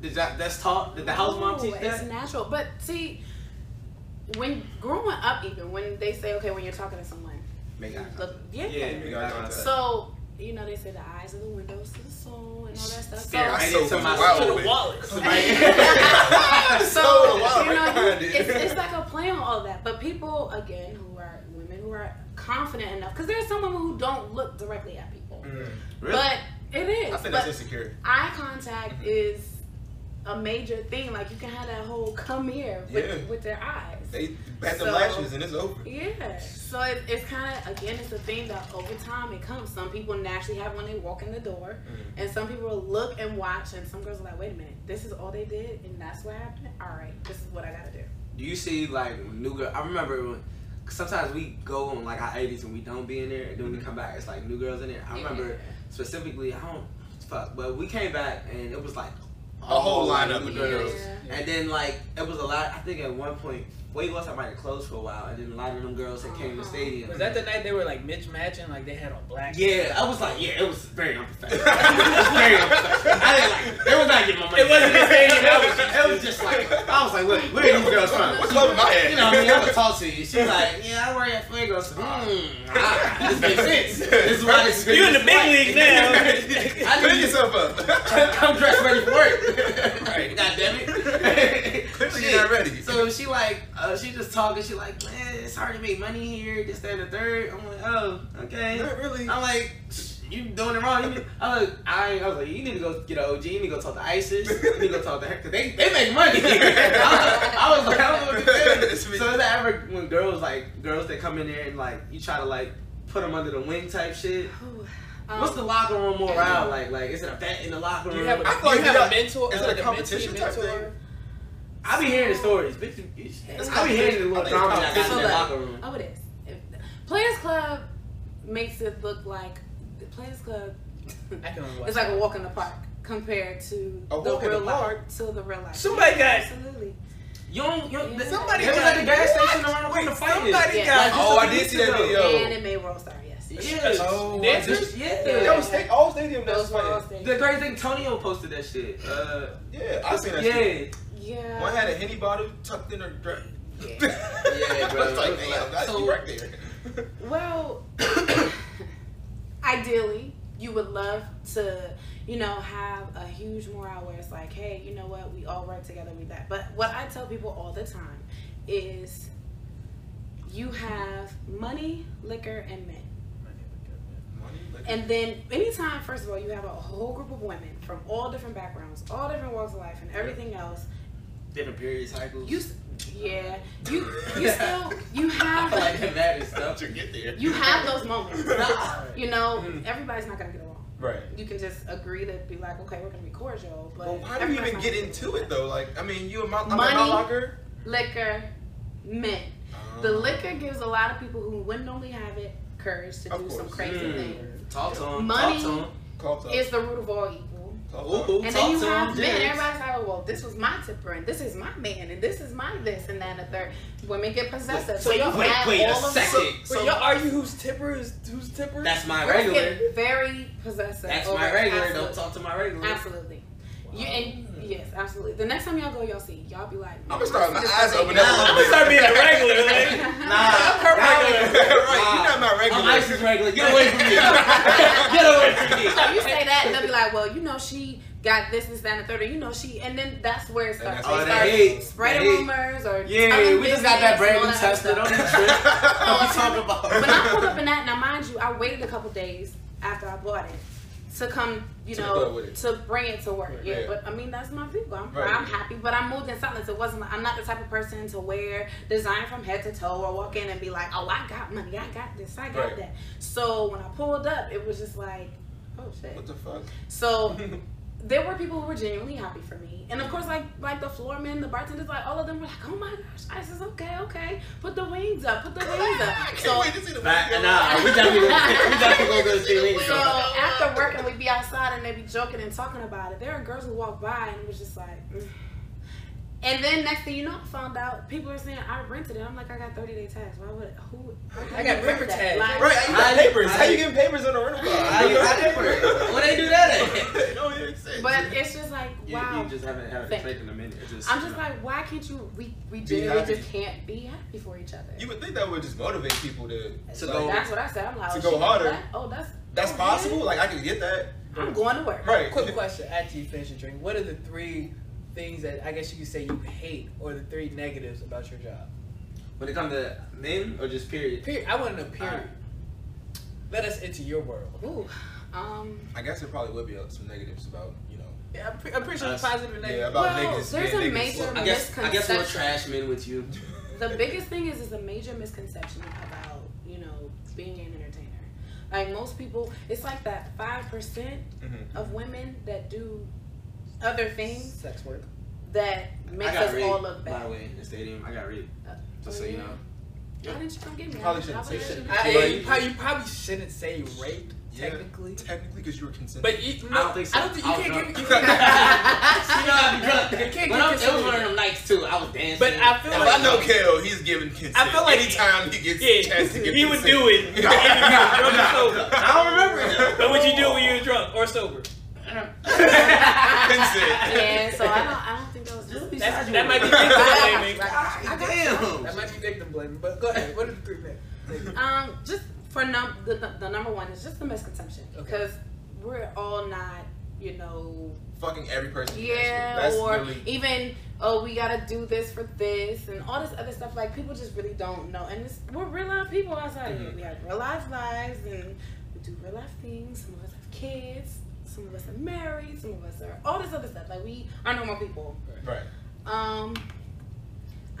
[SPEAKER 2] did that, that's taught? Did the house mom
[SPEAKER 4] No,
[SPEAKER 2] teach
[SPEAKER 4] It's
[SPEAKER 2] that?
[SPEAKER 4] natural. But see, when growing up, even when they say, okay, when you're talking to someone,
[SPEAKER 2] Make eye
[SPEAKER 4] look,
[SPEAKER 2] contact.
[SPEAKER 4] yeah.
[SPEAKER 3] make eye contact.
[SPEAKER 4] So you know they say the eyes are the windows to the soul and all that stuff. So,
[SPEAKER 2] Stare right
[SPEAKER 3] So
[SPEAKER 2] into my
[SPEAKER 3] wild.
[SPEAKER 1] To
[SPEAKER 2] soul.
[SPEAKER 1] the wallet.
[SPEAKER 2] Right.
[SPEAKER 4] so
[SPEAKER 3] the wallet
[SPEAKER 4] you know,
[SPEAKER 3] right behind it.
[SPEAKER 4] it's, it's like a play on all that. But people, again, who are women who are confident enough, because there's some women who don't look directly at people,
[SPEAKER 2] Really?
[SPEAKER 4] but it is.
[SPEAKER 3] I think
[SPEAKER 4] but
[SPEAKER 3] that's insecure.
[SPEAKER 4] eye contact is a major thing. Like you can have that whole come here with,
[SPEAKER 3] Yeah.
[SPEAKER 4] with their eyes.
[SPEAKER 3] They bat the
[SPEAKER 4] So- Mm.
[SPEAKER 3] lashes and it's over.
[SPEAKER 4] Yeah. So it, it's kind of again, it's a thing that over time it comes. Some people naturally have when they walk in the door, and some people look and watch, and some girls are like, "Wait a minute, this is all they did, and that's what happened. All right, this is what I gotta do."
[SPEAKER 2] Do you see like new girl? I remember when. cause Sometimes we go on like our 80s and we don't be in there, and
[SPEAKER 1] Mm-hmm.
[SPEAKER 2] then we come back. It's like new girls in there. I remember specifically, I don't fuck, but we came back and it was like
[SPEAKER 3] A whole lineup
[SPEAKER 2] new
[SPEAKER 3] of
[SPEAKER 2] girls.
[SPEAKER 3] girls.
[SPEAKER 2] And then like it was a lot. I think at one point, Wade lost somebody clothes for a while, and then a lot of them girls that came to the
[SPEAKER 1] Uh-huh.
[SPEAKER 2] stadium.
[SPEAKER 1] Was that the night they were like Mitch matching? Like they had on black.
[SPEAKER 2] Yeah, I was like, yeah, it was very unprofessional. it was very unprofessional. I didn't like. It was not getting my money.
[SPEAKER 1] It wasn't the stadium, that was
[SPEAKER 2] It was just like I was like, look, where are these girls from?
[SPEAKER 3] What club am I at?
[SPEAKER 2] You know, what I mean, I'm gonna talk to you. She's like, yeah, I work at Fuegos. Hmm, ah, this makes sense. This is why this is
[SPEAKER 1] You in the big league now.
[SPEAKER 2] I
[SPEAKER 3] Clean
[SPEAKER 2] didn't
[SPEAKER 3] yourself up.
[SPEAKER 2] I'm dressed ready for work. right. God damn it.
[SPEAKER 3] Clearly
[SPEAKER 2] Shit.
[SPEAKER 3] you're not ready.
[SPEAKER 2] So she like, uh, she just talking. She like, man, it's hard to make money here. This, that, and the third. I'm like, oh, okay.
[SPEAKER 3] Not really.
[SPEAKER 2] I'm like, you doing it wrong. You need, I was, I, I was like, you need to go get an OG. You need to go talk to ISIS. You need to go talk to her because they, they make money. I, was, I was like, I don't know what to do.
[SPEAKER 3] It's me.
[SPEAKER 2] So is that ever when girls like girls that come in there and like you try to like put them under the wing type shit?
[SPEAKER 4] Ooh,
[SPEAKER 2] What's the
[SPEAKER 4] um,
[SPEAKER 2] locker room morale like? Like, is it a bet in the locker
[SPEAKER 1] Do
[SPEAKER 2] room?
[SPEAKER 1] you have a,
[SPEAKER 3] I
[SPEAKER 1] do
[SPEAKER 3] thought
[SPEAKER 1] you
[SPEAKER 3] you
[SPEAKER 1] have a
[SPEAKER 3] got-
[SPEAKER 1] mentor?
[SPEAKER 3] is it
[SPEAKER 1] like
[SPEAKER 3] a
[SPEAKER 1] mentee,
[SPEAKER 3] competition type
[SPEAKER 1] mentor?
[SPEAKER 3] thing?
[SPEAKER 2] I be hearing the stories. Bitch, bitch,
[SPEAKER 4] It's
[SPEAKER 2] I be hearing the little
[SPEAKER 3] competition.
[SPEAKER 2] drama that got in the
[SPEAKER 4] Hold
[SPEAKER 2] locker room.
[SPEAKER 4] Oh, it is. If- Players Club makes it look like the Players Club.
[SPEAKER 1] I can watch.
[SPEAKER 4] It's like a walk in the park compared to
[SPEAKER 3] A
[SPEAKER 4] the
[SPEAKER 3] walk in
[SPEAKER 4] real
[SPEAKER 3] the
[SPEAKER 4] life. To the real life.
[SPEAKER 1] Somebody got-
[SPEAKER 4] absolutely.
[SPEAKER 2] You don't, you don't,
[SPEAKER 4] Yeah.
[SPEAKER 2] somebody
[SPEAKER 4] Somebody
[SPEAKER 2] they was
[SPEAKER 3] got-
[SPEAKER 2] at the gas
[SPEAKER 3] What?
[SPEAKER 2] station around the corner
[SPEAKER 3] oh, Wait,
[SPEAKER 2] fighting.
[SPEAKER 3] somebody
[SPEAKER 4] Yeah.
[SPEAKER 3] got-
[SPEAKER 2] Like,
[SPEAKER 3] Oh, I
[SPEAKER 2] just a
[SPEAKER 3] did see
[SPEAKER 2] week
[SPEAKER 3] that
[SPEAKER 2] ago.
[SPEAKER 3] video.
[SPEAKER 4] And it made World Star. Yes.
[SPEAKER 2] Yeah.
[SPEAKER 3] Oh,
[SPEAKER 1] Dancers?
[SPEAKER 2] Just-
[SPEAKER 4] Yeah.
[SPEAKER 3] That
[SPEAKER 2] yeah.
[SPEAKER 3] was sta- all stadium that was
[SPEAKER 4] Those were all
[SPEAKER 3] playing.
[SPEAKER 4] things.
[SPEAKER 2] The crazy thing, Tonio posted that shit. Uh,
[SPEAKER 3] Yeah, I seen that
[SPEAKER 2] yeah.
[SPEAKER 3] shit.
[SPEAKER 4] Yeah.
[SPEAKER 3] One had a henny bottle tucked in her dress.
[SPEAKER 4] Yeah.
[SPEAKER 2] Yeah, bro.
[SPEAKER 3] It's like, damn, that's
[SPEAKER 4] So-
[SPEAKER 3] you right there.
[SPEAKER 4] Well, ideally, you would love to, you know, have a huge morale where it's like, hey, you know what, we all work together, we that. But what I tell people all the time is you have money, liquor, and men. And then anytime, first of all, you have a whole group of women from all different backgrounds, all different walks of life, and everything else.
[SPEAKER 2] Different period cycles.
[SPEAKER 4] You, s- yeah, you, you still, you
[SPEAKER 2] I
[SPEAKER 4] have
[SPEAKER 2] feel like that matters
[SPEAKER 3] How'd
[SPEAKER 2] stuff.
[SPEAKER 3] you get there?
[SPEAKER 4] You have those moments.
[SPEAKER 2] Nah.
[SPEAKER 4] You know,
[SPEAKER 3] Mhm.
[SPEAKER 4] everybody's not gonna get along.
[SPEAKER 3] Right.
[SPEAKER 4] You can just agree to be like, okay, we're gonna be cordial, but
[SPEAKER 3] Well, why do you
[SPEAKER 4] everybody's
[SPEAKER 3] even
[SPEAKER 4] not
[SPEAKER 3] get
[SPEAKER 4] gonna
[SPEAKER 3] into it
[SPEAKER 4] along.
[SPEAKER 3] though? Like, I mean, you in my, I'm in my
[SPEAKER 4] Money.
[SPEAKER 3] locker. Uh,
[SPEAKER 4] Liquor, men. The
[SPEAKER 3] Oh.
[SPEAKER 4] liquor gives a lot of people who wouldn't normally have it courage to
[SPEAKER 3] Of
[SPEAKER 4] do some
[SPEAKER 3] course.
[SPEAKER 4] crazy
[SPEAKER 2] Mm.
[SPEAKER 4] things.
[SPEAKER 2] Talk to him.
[SPEAKER 4] Money.
[SPEAKER 2] Talk to him.
[SPEAKER 3] Called up.
[SPEAKER 4] It's the root of all evil.
[SPEAKER 3] Talk
[SPEAKER 2] Ooh,
[SPEAKER 3] about
[SPEAKER 2] ooh,
[SPEAKER 4] And
[SPEAKER 2] Oh, talk
[SPEAKER 4] then you
[SPEAKER 2] to
[SPEAKER 4] have
[SPEAKER 2] them,
[SPEAKER 4] men.
[SPEAKER 2] James.
[SPEAKER 4] Everybody's like, oh, well, this was my tipper, and this is my man, and this is my this, and that, and the third. Women get possessive.
[SPEAKER 1] so y'all-
[SPEAKER 4] you
[SPEAKER 2] Wait,
[SPEAKER 4] have
[SPEAKER 2] wait a
[SPEAKER 4] all of that.
[SPEAKER 2] second.
[SPEAKER 1] So, y'all argue who's tipper is who's tipper?
[SPEAKER 2] That's my
[SPEAKER 4] Girls
[SPEAKER 2] regular.
[SPEAKER 4] get very possessive.
[SPEAKER 2] That's
[SPEAKER 4] over-
[SPEAKER 2] my regular. Don't
[SPEAKER 4] absolute-
[SPEAKER 2] talk to my regular.
[SPEAKER 4] Absolutely. You and yes, absolutely. The next time y'all go, y'all see. Y'all be like,
[SPEAKER 3] I'm gonna start my
[SPEAKER 4] "This
[SPEAKER 3] eyes
[SPEAKER 4] is
[SPEAKER 3] open
[SPEAKER 4] like-
[SPEAKER 3] up a little bit.
[SPEAKER 1] start being a regular, like,
[SPEAKER 2] Nah,
[SPEAKER 1] I'm her
[SPEAKER 2] nah,
[SPEAKER 1] regular.
[SPEAKER 3] right,
[SPEAKER 2] Nah.
[SPEAKER 3] you're not my regular.
[SPEAKER 2] I'm ISIS regular. Get away from me. Get away from me.
[SPEAKER 4] So you say that, and they'll be like, well, you know, she got this, this, that, and the third, or you know, she, and then that's where it starts.
[SPEAKER 3] that's
[SPEAKER 4] They
[SPEAKER 3] all
[SPEAKER 4] start
[SPEAKER 3] they
[SPEAKER 2] Oh, hate.
[SPEAKER 4] spreading
[SPEAKER 2] They hate.
[SPEAKER 4] rumors or
[SPEAKER 2] Yeah,
[SPEAKER 4] telling
[SPEAKER 2] we just got
[SPEAKER 4] business
[SPEAKER 2] that
[SPEAKER 4] and
[SPEAKER 2] brand
[SPEAKER 4] all
[SPEAKER 2] new
[SPEAKER 4] that other
[SPEAKER 2] Tesla. Don't
[SPEAKER 4] stuff.
[SPEAKER 2] even trip. What we talking about?
[SPEAKER 4] When I pulled up in that, now mind you, I waited a couple days after I bought it to come, you
[SPEAKER 3] To the club
[SPEAKER 4] know,
[SPEAKER 3] with it.
[SPEAKER 4] to bring it to work. Yeah,
[SPEAKER 3] Yeah.
[SPEAKER 4] but I mean that's my vehicle. I'm
[SPEAKER 3] Right.
[SPEAKER 4] I'm happy, but I moved in silence. It wasn't. Like, I'm not the type of person to wear design from head to toe or walk in and be like, oh, I got money, I got this, I got
[SPEAKER 3] Right.
[SPEAKER 4] that. So when I pulled up, it was just like, oh shit.
[SPEAKER 3] What the fuck?
[SPEAKER 4] So there were people who were genuinely happy for me, and of course, like like the floorman, the bartenders, like all of them were like, "Oh my gosh, Ice is okay, okay. Put the wings up, put the wings up."
[SPEAKER 3] I can't
[SPEAKER 4] uh, So
[SPEAKER 3] wait to see the
[SPEAKER 2] Nah,
[SPEAKER 3] video.
[SPEAKER 2] nah, we definitely gonna- we definitely gonna go see Lady
[SPEAKER 4] so
[SPEAKER 2] Gaga.
[SPEAKER 4] after work and we be outside and they be joking and talking about it. There are girls who walk by and it was just like. mm. And then next thing you know, I found out people are saying I rented it. I'm like, I got 30 day tags. Why would who? how can
[SPEAKER 1] I got paper
[SPEAKER 4] you rent that?
[SPEAKER 1] tags.
[SPEAKER 4] Like,
[SPEAKER 3] Right, you got
[SPEAKER 2] I-
[SPEAKER 3] papers. How
[SPEAKER 2] I-
[SPEAKER 3] you getting papers on a rental car?
[SPEAKER 2] How you got papers? Where they do that at?
[SPEAKER 3] It don't even make sense.
[SPEAKER 4] But it's just like
[SPEAKER 2] You,
[SPEAKER 4] wow.
[SPEAKER 2] you just haven't had a
[SPEAKER 4] Thank-
[SPEAKER 2] drink in a minute. It's Just,
[SPEAKER 4] I'm just like, why can't you? We we
[SPEAKER 3] Be
[SPEAKER 4] genuinely
[SPEAKER 3] happy.
[SPEAKER 4] just can't be happy for each other.
[SPEAKER 3] you would think that would just motivate people to
[SPEAKER 2] To
[SPEAKER 3] like,
[SPEAKER 2] go-
[SPEAKER 4] That's what I said. I'm like,
[SPEAKER 3] To
[SPEAKER 4] oh,
[SPEAKER 3] go
[SPEAKER 4] she did
[SPEAKER 3] harder.
[SPEAKER 4] that? Oh, that's
[SPEAKER 3] That's
[SPEAKER 4] oh, yeah.
[SPEAKER 3] possible. Like I can get that.
[SPEAKER 4] I'm going to work.
[SPEAKER 3] Right.
[SPEAKER 1] Quick question after you finish your drink. What are the three things that I guess you could say you hate or the three negatives about your job?
[SPEAKER 2] when it comes to men or just period.
[SPEAKER 1] Period. I want to know period.
[SPEAKER 2] Alright.
[SPEAKER 1] Let us into your world.
[SPEAKER 4] Ooh, um.
[SPEAKER 3] I guess there probably would be uh, some negatives about you know.
[SPEAKER 1] Yeah, I'm, pre- I'm pretty
[SPEAKER 2] Us.
[SPEAKER 1] positive and
[SPEAKER 3] Yeah,
[SPEAKER 4] Well,
[SPEAKER 3] about niggas.
[SPEAKER 4] there's
[SPEAKER 3] yeah,
[SPEAKER 4] a
[SPEAKER 3] niggas.
[SPEAKER 4] major-
[SPEAKER 3] Well,
[SPEAKER 2] I guess I guess we're
[SPEAKER 4] Misconception.
[SPEAKER 2] trash men with you.
[SPEAKER 4] The biggest thing is is a major misconception about you know being an entertainer. Like most people, it's like that five percent
[SPEAKER 3] Mhm.
[SPEAKER 4] of women that do other things
[SPEAKER 1] Sex work.
[SPEAKER 4] that
[SPEAKER 2] I
[SPEAKER 4] makes
[SPEAKER 2] got
[SPEAKER 4] us
[SPEAKER 2] raped,
[SPEAKER 4] all look
[SPEAKER 2] by
[SPEAKER 4] bad.
[SPEAKER 2] the way, in the stadium. I got raped.
[SPEAKER 4] Uh,
[SPEAKER 2] Just so you know.
[SPEAKER 4] Why didn't you come get me?
[SPEAKER 3] You probably
[SPEAKER 4] I- I
[SPEAKER 3] shouldn't say
[SPEAKER 4] would've-
[SPEAKER 1] I,
[SPEAKER 3] shit. Right.
[SPEAKER 1] you, probably, you probably shouldn't say raped
[SPEAKER 3] Yeah.
[SPEAKER 1] technically,
[SPEAKER 3] Technically, because you were consenting.
[SPEAKER 1] but you,
[SPEAKER 2] I
[SPEAKER 1] no,
[SPEAKER 2] don't think so.
[SPEAKER 1] I don't think
[SPEAKER 2] I
[SPEAKER 1] you
[SPEAKER 2] was
[SPEAKER 1] can't give. You
[SPEAKER 2] drunk.
[SPEAKER 1] can't,
[SPEAKER 2] You know I be drunk.
[SPEAKER 1] You can't
[SPEAKER 2] But
[SPEAKER 1] get
[SPEAKER 2] I'm- it was
[SPEAKER 1] considered.
[SPEAKER 2] one of them nights too. I was dancing.
[SPEAKER 1] But I feel
[SPEAKER 3] If
[SPEAKER 1] like-
[SPEAKER 2] That was
[SPEAKER 3] I know
[SPEAKER 2] fun.
[SPEAKER 3] Kale, he's giving consent.
[SPEAKER 1] I feel like-
[SPEAKER 3] anytime he gets a
[SPEAKER 1] yeah,
[SPEAKER 3] chance to get
[SPEAKER 1] he would
[SPEAKER 3] consent.
[SPEAKER 1] do it.
[SPEAKER 3] Nah,
[SPEAKER 1] Drunk or
[SPEAKER 3] nah,
[SPEAKER 1] sober.
[SPEAKER 3] nah. I don't remember. it.
[SPEAKER 1] But what you do when you're drunk or sober?
[SPEAKER 4] Yeah, so I don't. I don't think that was.
[SPEAKER 2] Just
[SPEAKER 4] Just,
[SPEAKER 2] be-
[SPEAKER 1] That's,
[SPEAKER 2] Besides
[SPEAKER 1] that
[SPEAKER 2] you.
[SPEAKER 1] might be
[SPEAKER 4] I
[SPEAKER 1] victim
[SPEAKER 4] got you,
[SPEAKER 1] blaming.
[SPEAKER 4] I got you, I got you.
[SPEAKER 1] That
[SPEAKER 2] Damn.
[SPEAKER 1] might be victim blaming. But go ahead. What are the three things?
[SPEAKER 4] Um, just for num the, the, the number one is just the misconception
[SPEAKER 1] Okay.
[SPEAKER 4] because we're all not, you know,
[SPEAKER 3] Fucking every person. you
[SPEAKER 4] yeah,
[SPEAKER 3] mess with. That's
[SPEAKER 4] or
[SPEAKER 3] really-
[SPEAKER 4] even oh we gotta do this for this and all this other stuff. Like people just really don't know, and it's, we're real life people outside here.
[SPEAKER 3] Mhm.
[SPEAKER 4] We have real life lives and we do real life things. Some of us have kids. Some of us are married. Some of us are all this other stuff. Like we are normal people.
[SPEAKER 3] right.
[SPEAKER 4] Um,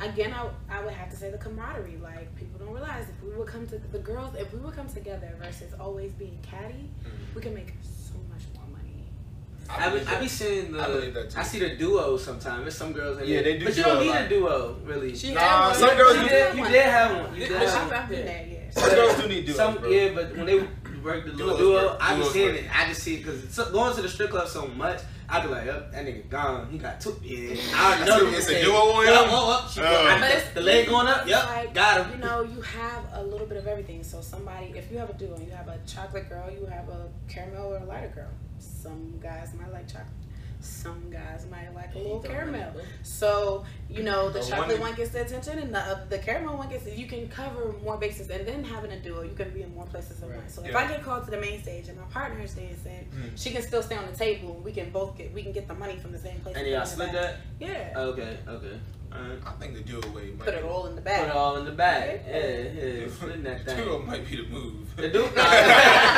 [SPEAKER 4] again, I, I would have to say the camaraderie. Like people don't realize if we would come to the girls, if we would come together versus always being catty,
[SPEAKER 2] Mm-hmm.
[SPEAKER 3] Mhm.
[SPEAKER 4] we can make so much more money.
[SPEAKER 2] I be,
[SPEAKER 3] believe
[SPEAKER 2] I be
[SPEAKER 3] that.
[SPEAKER 2] seeing the.
[SPEAKER 3] I
[SPEAKER 2] I,
[SPEAKER 3] believe that too.
[SPEAKER 2] see the duo sometimes. There's some girls. in
[SPEAKER 3] Yeah,
[SPEAKER 2] there.
[SPEAKER 3] they do
[SPEAKER 2] But you
[SPEAKER 3] duo
[SPEAKER 2] don't
[SPEAKER 3] a
[SPEAKER 2] need
[SPEAKER 3] lot.
[SPEAKER 2] a duo, really.
[SPEAKER 1] She
[SPEAKER 3] Nah,
[SPEAKER 1] had one.
[SPEAKER 3] some girls
[SPEAKER 2] you
[SPEAKER 4] do-
[SPEAKER 2] did. You did have one. You did
[SPEAKER 1] Yeah,
[SPEAKER 2] have
[SPEAKER 4] I've,
[SPEAKER 2] one.
[SPEAKER 4] I've been there, yeah.
[SPEAKER 3] Some girls do need duos,
[SPEAKER 2] Some
[SPEAKER 3] bro.
[SPEAKER 2] yeah, but when they work the little
[SPEAKER 3] Duos
[SPEAKER 2] duo,
[SPEAKER 3] work.
[SPEAKER 2] I be
[SPEAKER 3] Duos
[SPEAKER 2] seeing
[SPEAKER 3] work.
[SPEAKER 2] it. I just see it because going to the strip club so much, I be like, yep, that nigga gone. He got two. Yeah, I already know.
[SPEAKER 3] It's
[SPEAKER 2] the
[SPEAKER 3] a
[SPEAKER 2] mistake.
[SPEAKER 3] duo on
[SPEAKER 2] Yup,
[SPEAKER 3] him.
[SPEAKER 2] oh, oh, she-
[SPEAKER 3] Oh.
[SPEAKER 2] I-
[SPEAKER 4] But it's-
[SPEAKER 2] The leg going up. Yep,
[SPEAKER 4] Like,
[SPEAKER 2] got him.
[SPEAKER 4] You know, you have a little bit of everything. So somebody, if you have a duo, you have a chocolate girl, you have a caramel or a lighter girl. Some guys might like chocolate. Some guys might like a little caramel. So you know the
[SPEAKER 3] The
[SPEAKER 4] chocolate
[SPEAKER 3] one-
[SPEAKER 4] one gets the attention, and the uh, the caramel one gets. You can cover more bases, and then having a duo, you can be in more places at
[SPEAKER 1] Right.
[SPEAKER 4] once. So if
[SPEAKER 3] Yeah.
[SPEAKER 4] I get called to the main stage and my partner is dancing,
[SPEAKER 3] Mm.
[SPEAKER 4] she can still stay on the table. and We can both get we can get the money from the same place.
[SPEAKER 2] And
[SPEAKER 4] put it
[SPEAKER 2] y'all
[SPEAKER 4] in the
[SPEAKER 2] slid
[SPEAKER 4] bag.
[SPEAKER 2] that. Uh,
[SPEAKER 4] Yeah,
[SPEAKER 2] Okay, okay. Alright.
[SPEAKER 3] I think the duo way might
[SPEAKER 4] put it all in the
[SPEAKER 2] Put it
[SPEAKER 4] bag.
[SPEAKER 2] all in the bag. Yeah,
[SPEAKER 4] Yeah.
[SPEAKER 2] yeah. Slid that
[SPEAKER 3] The duo
[SPEAKER 2] thing.
[SPEAKER 3] might be the move.
[SPEAKER 2] The duo.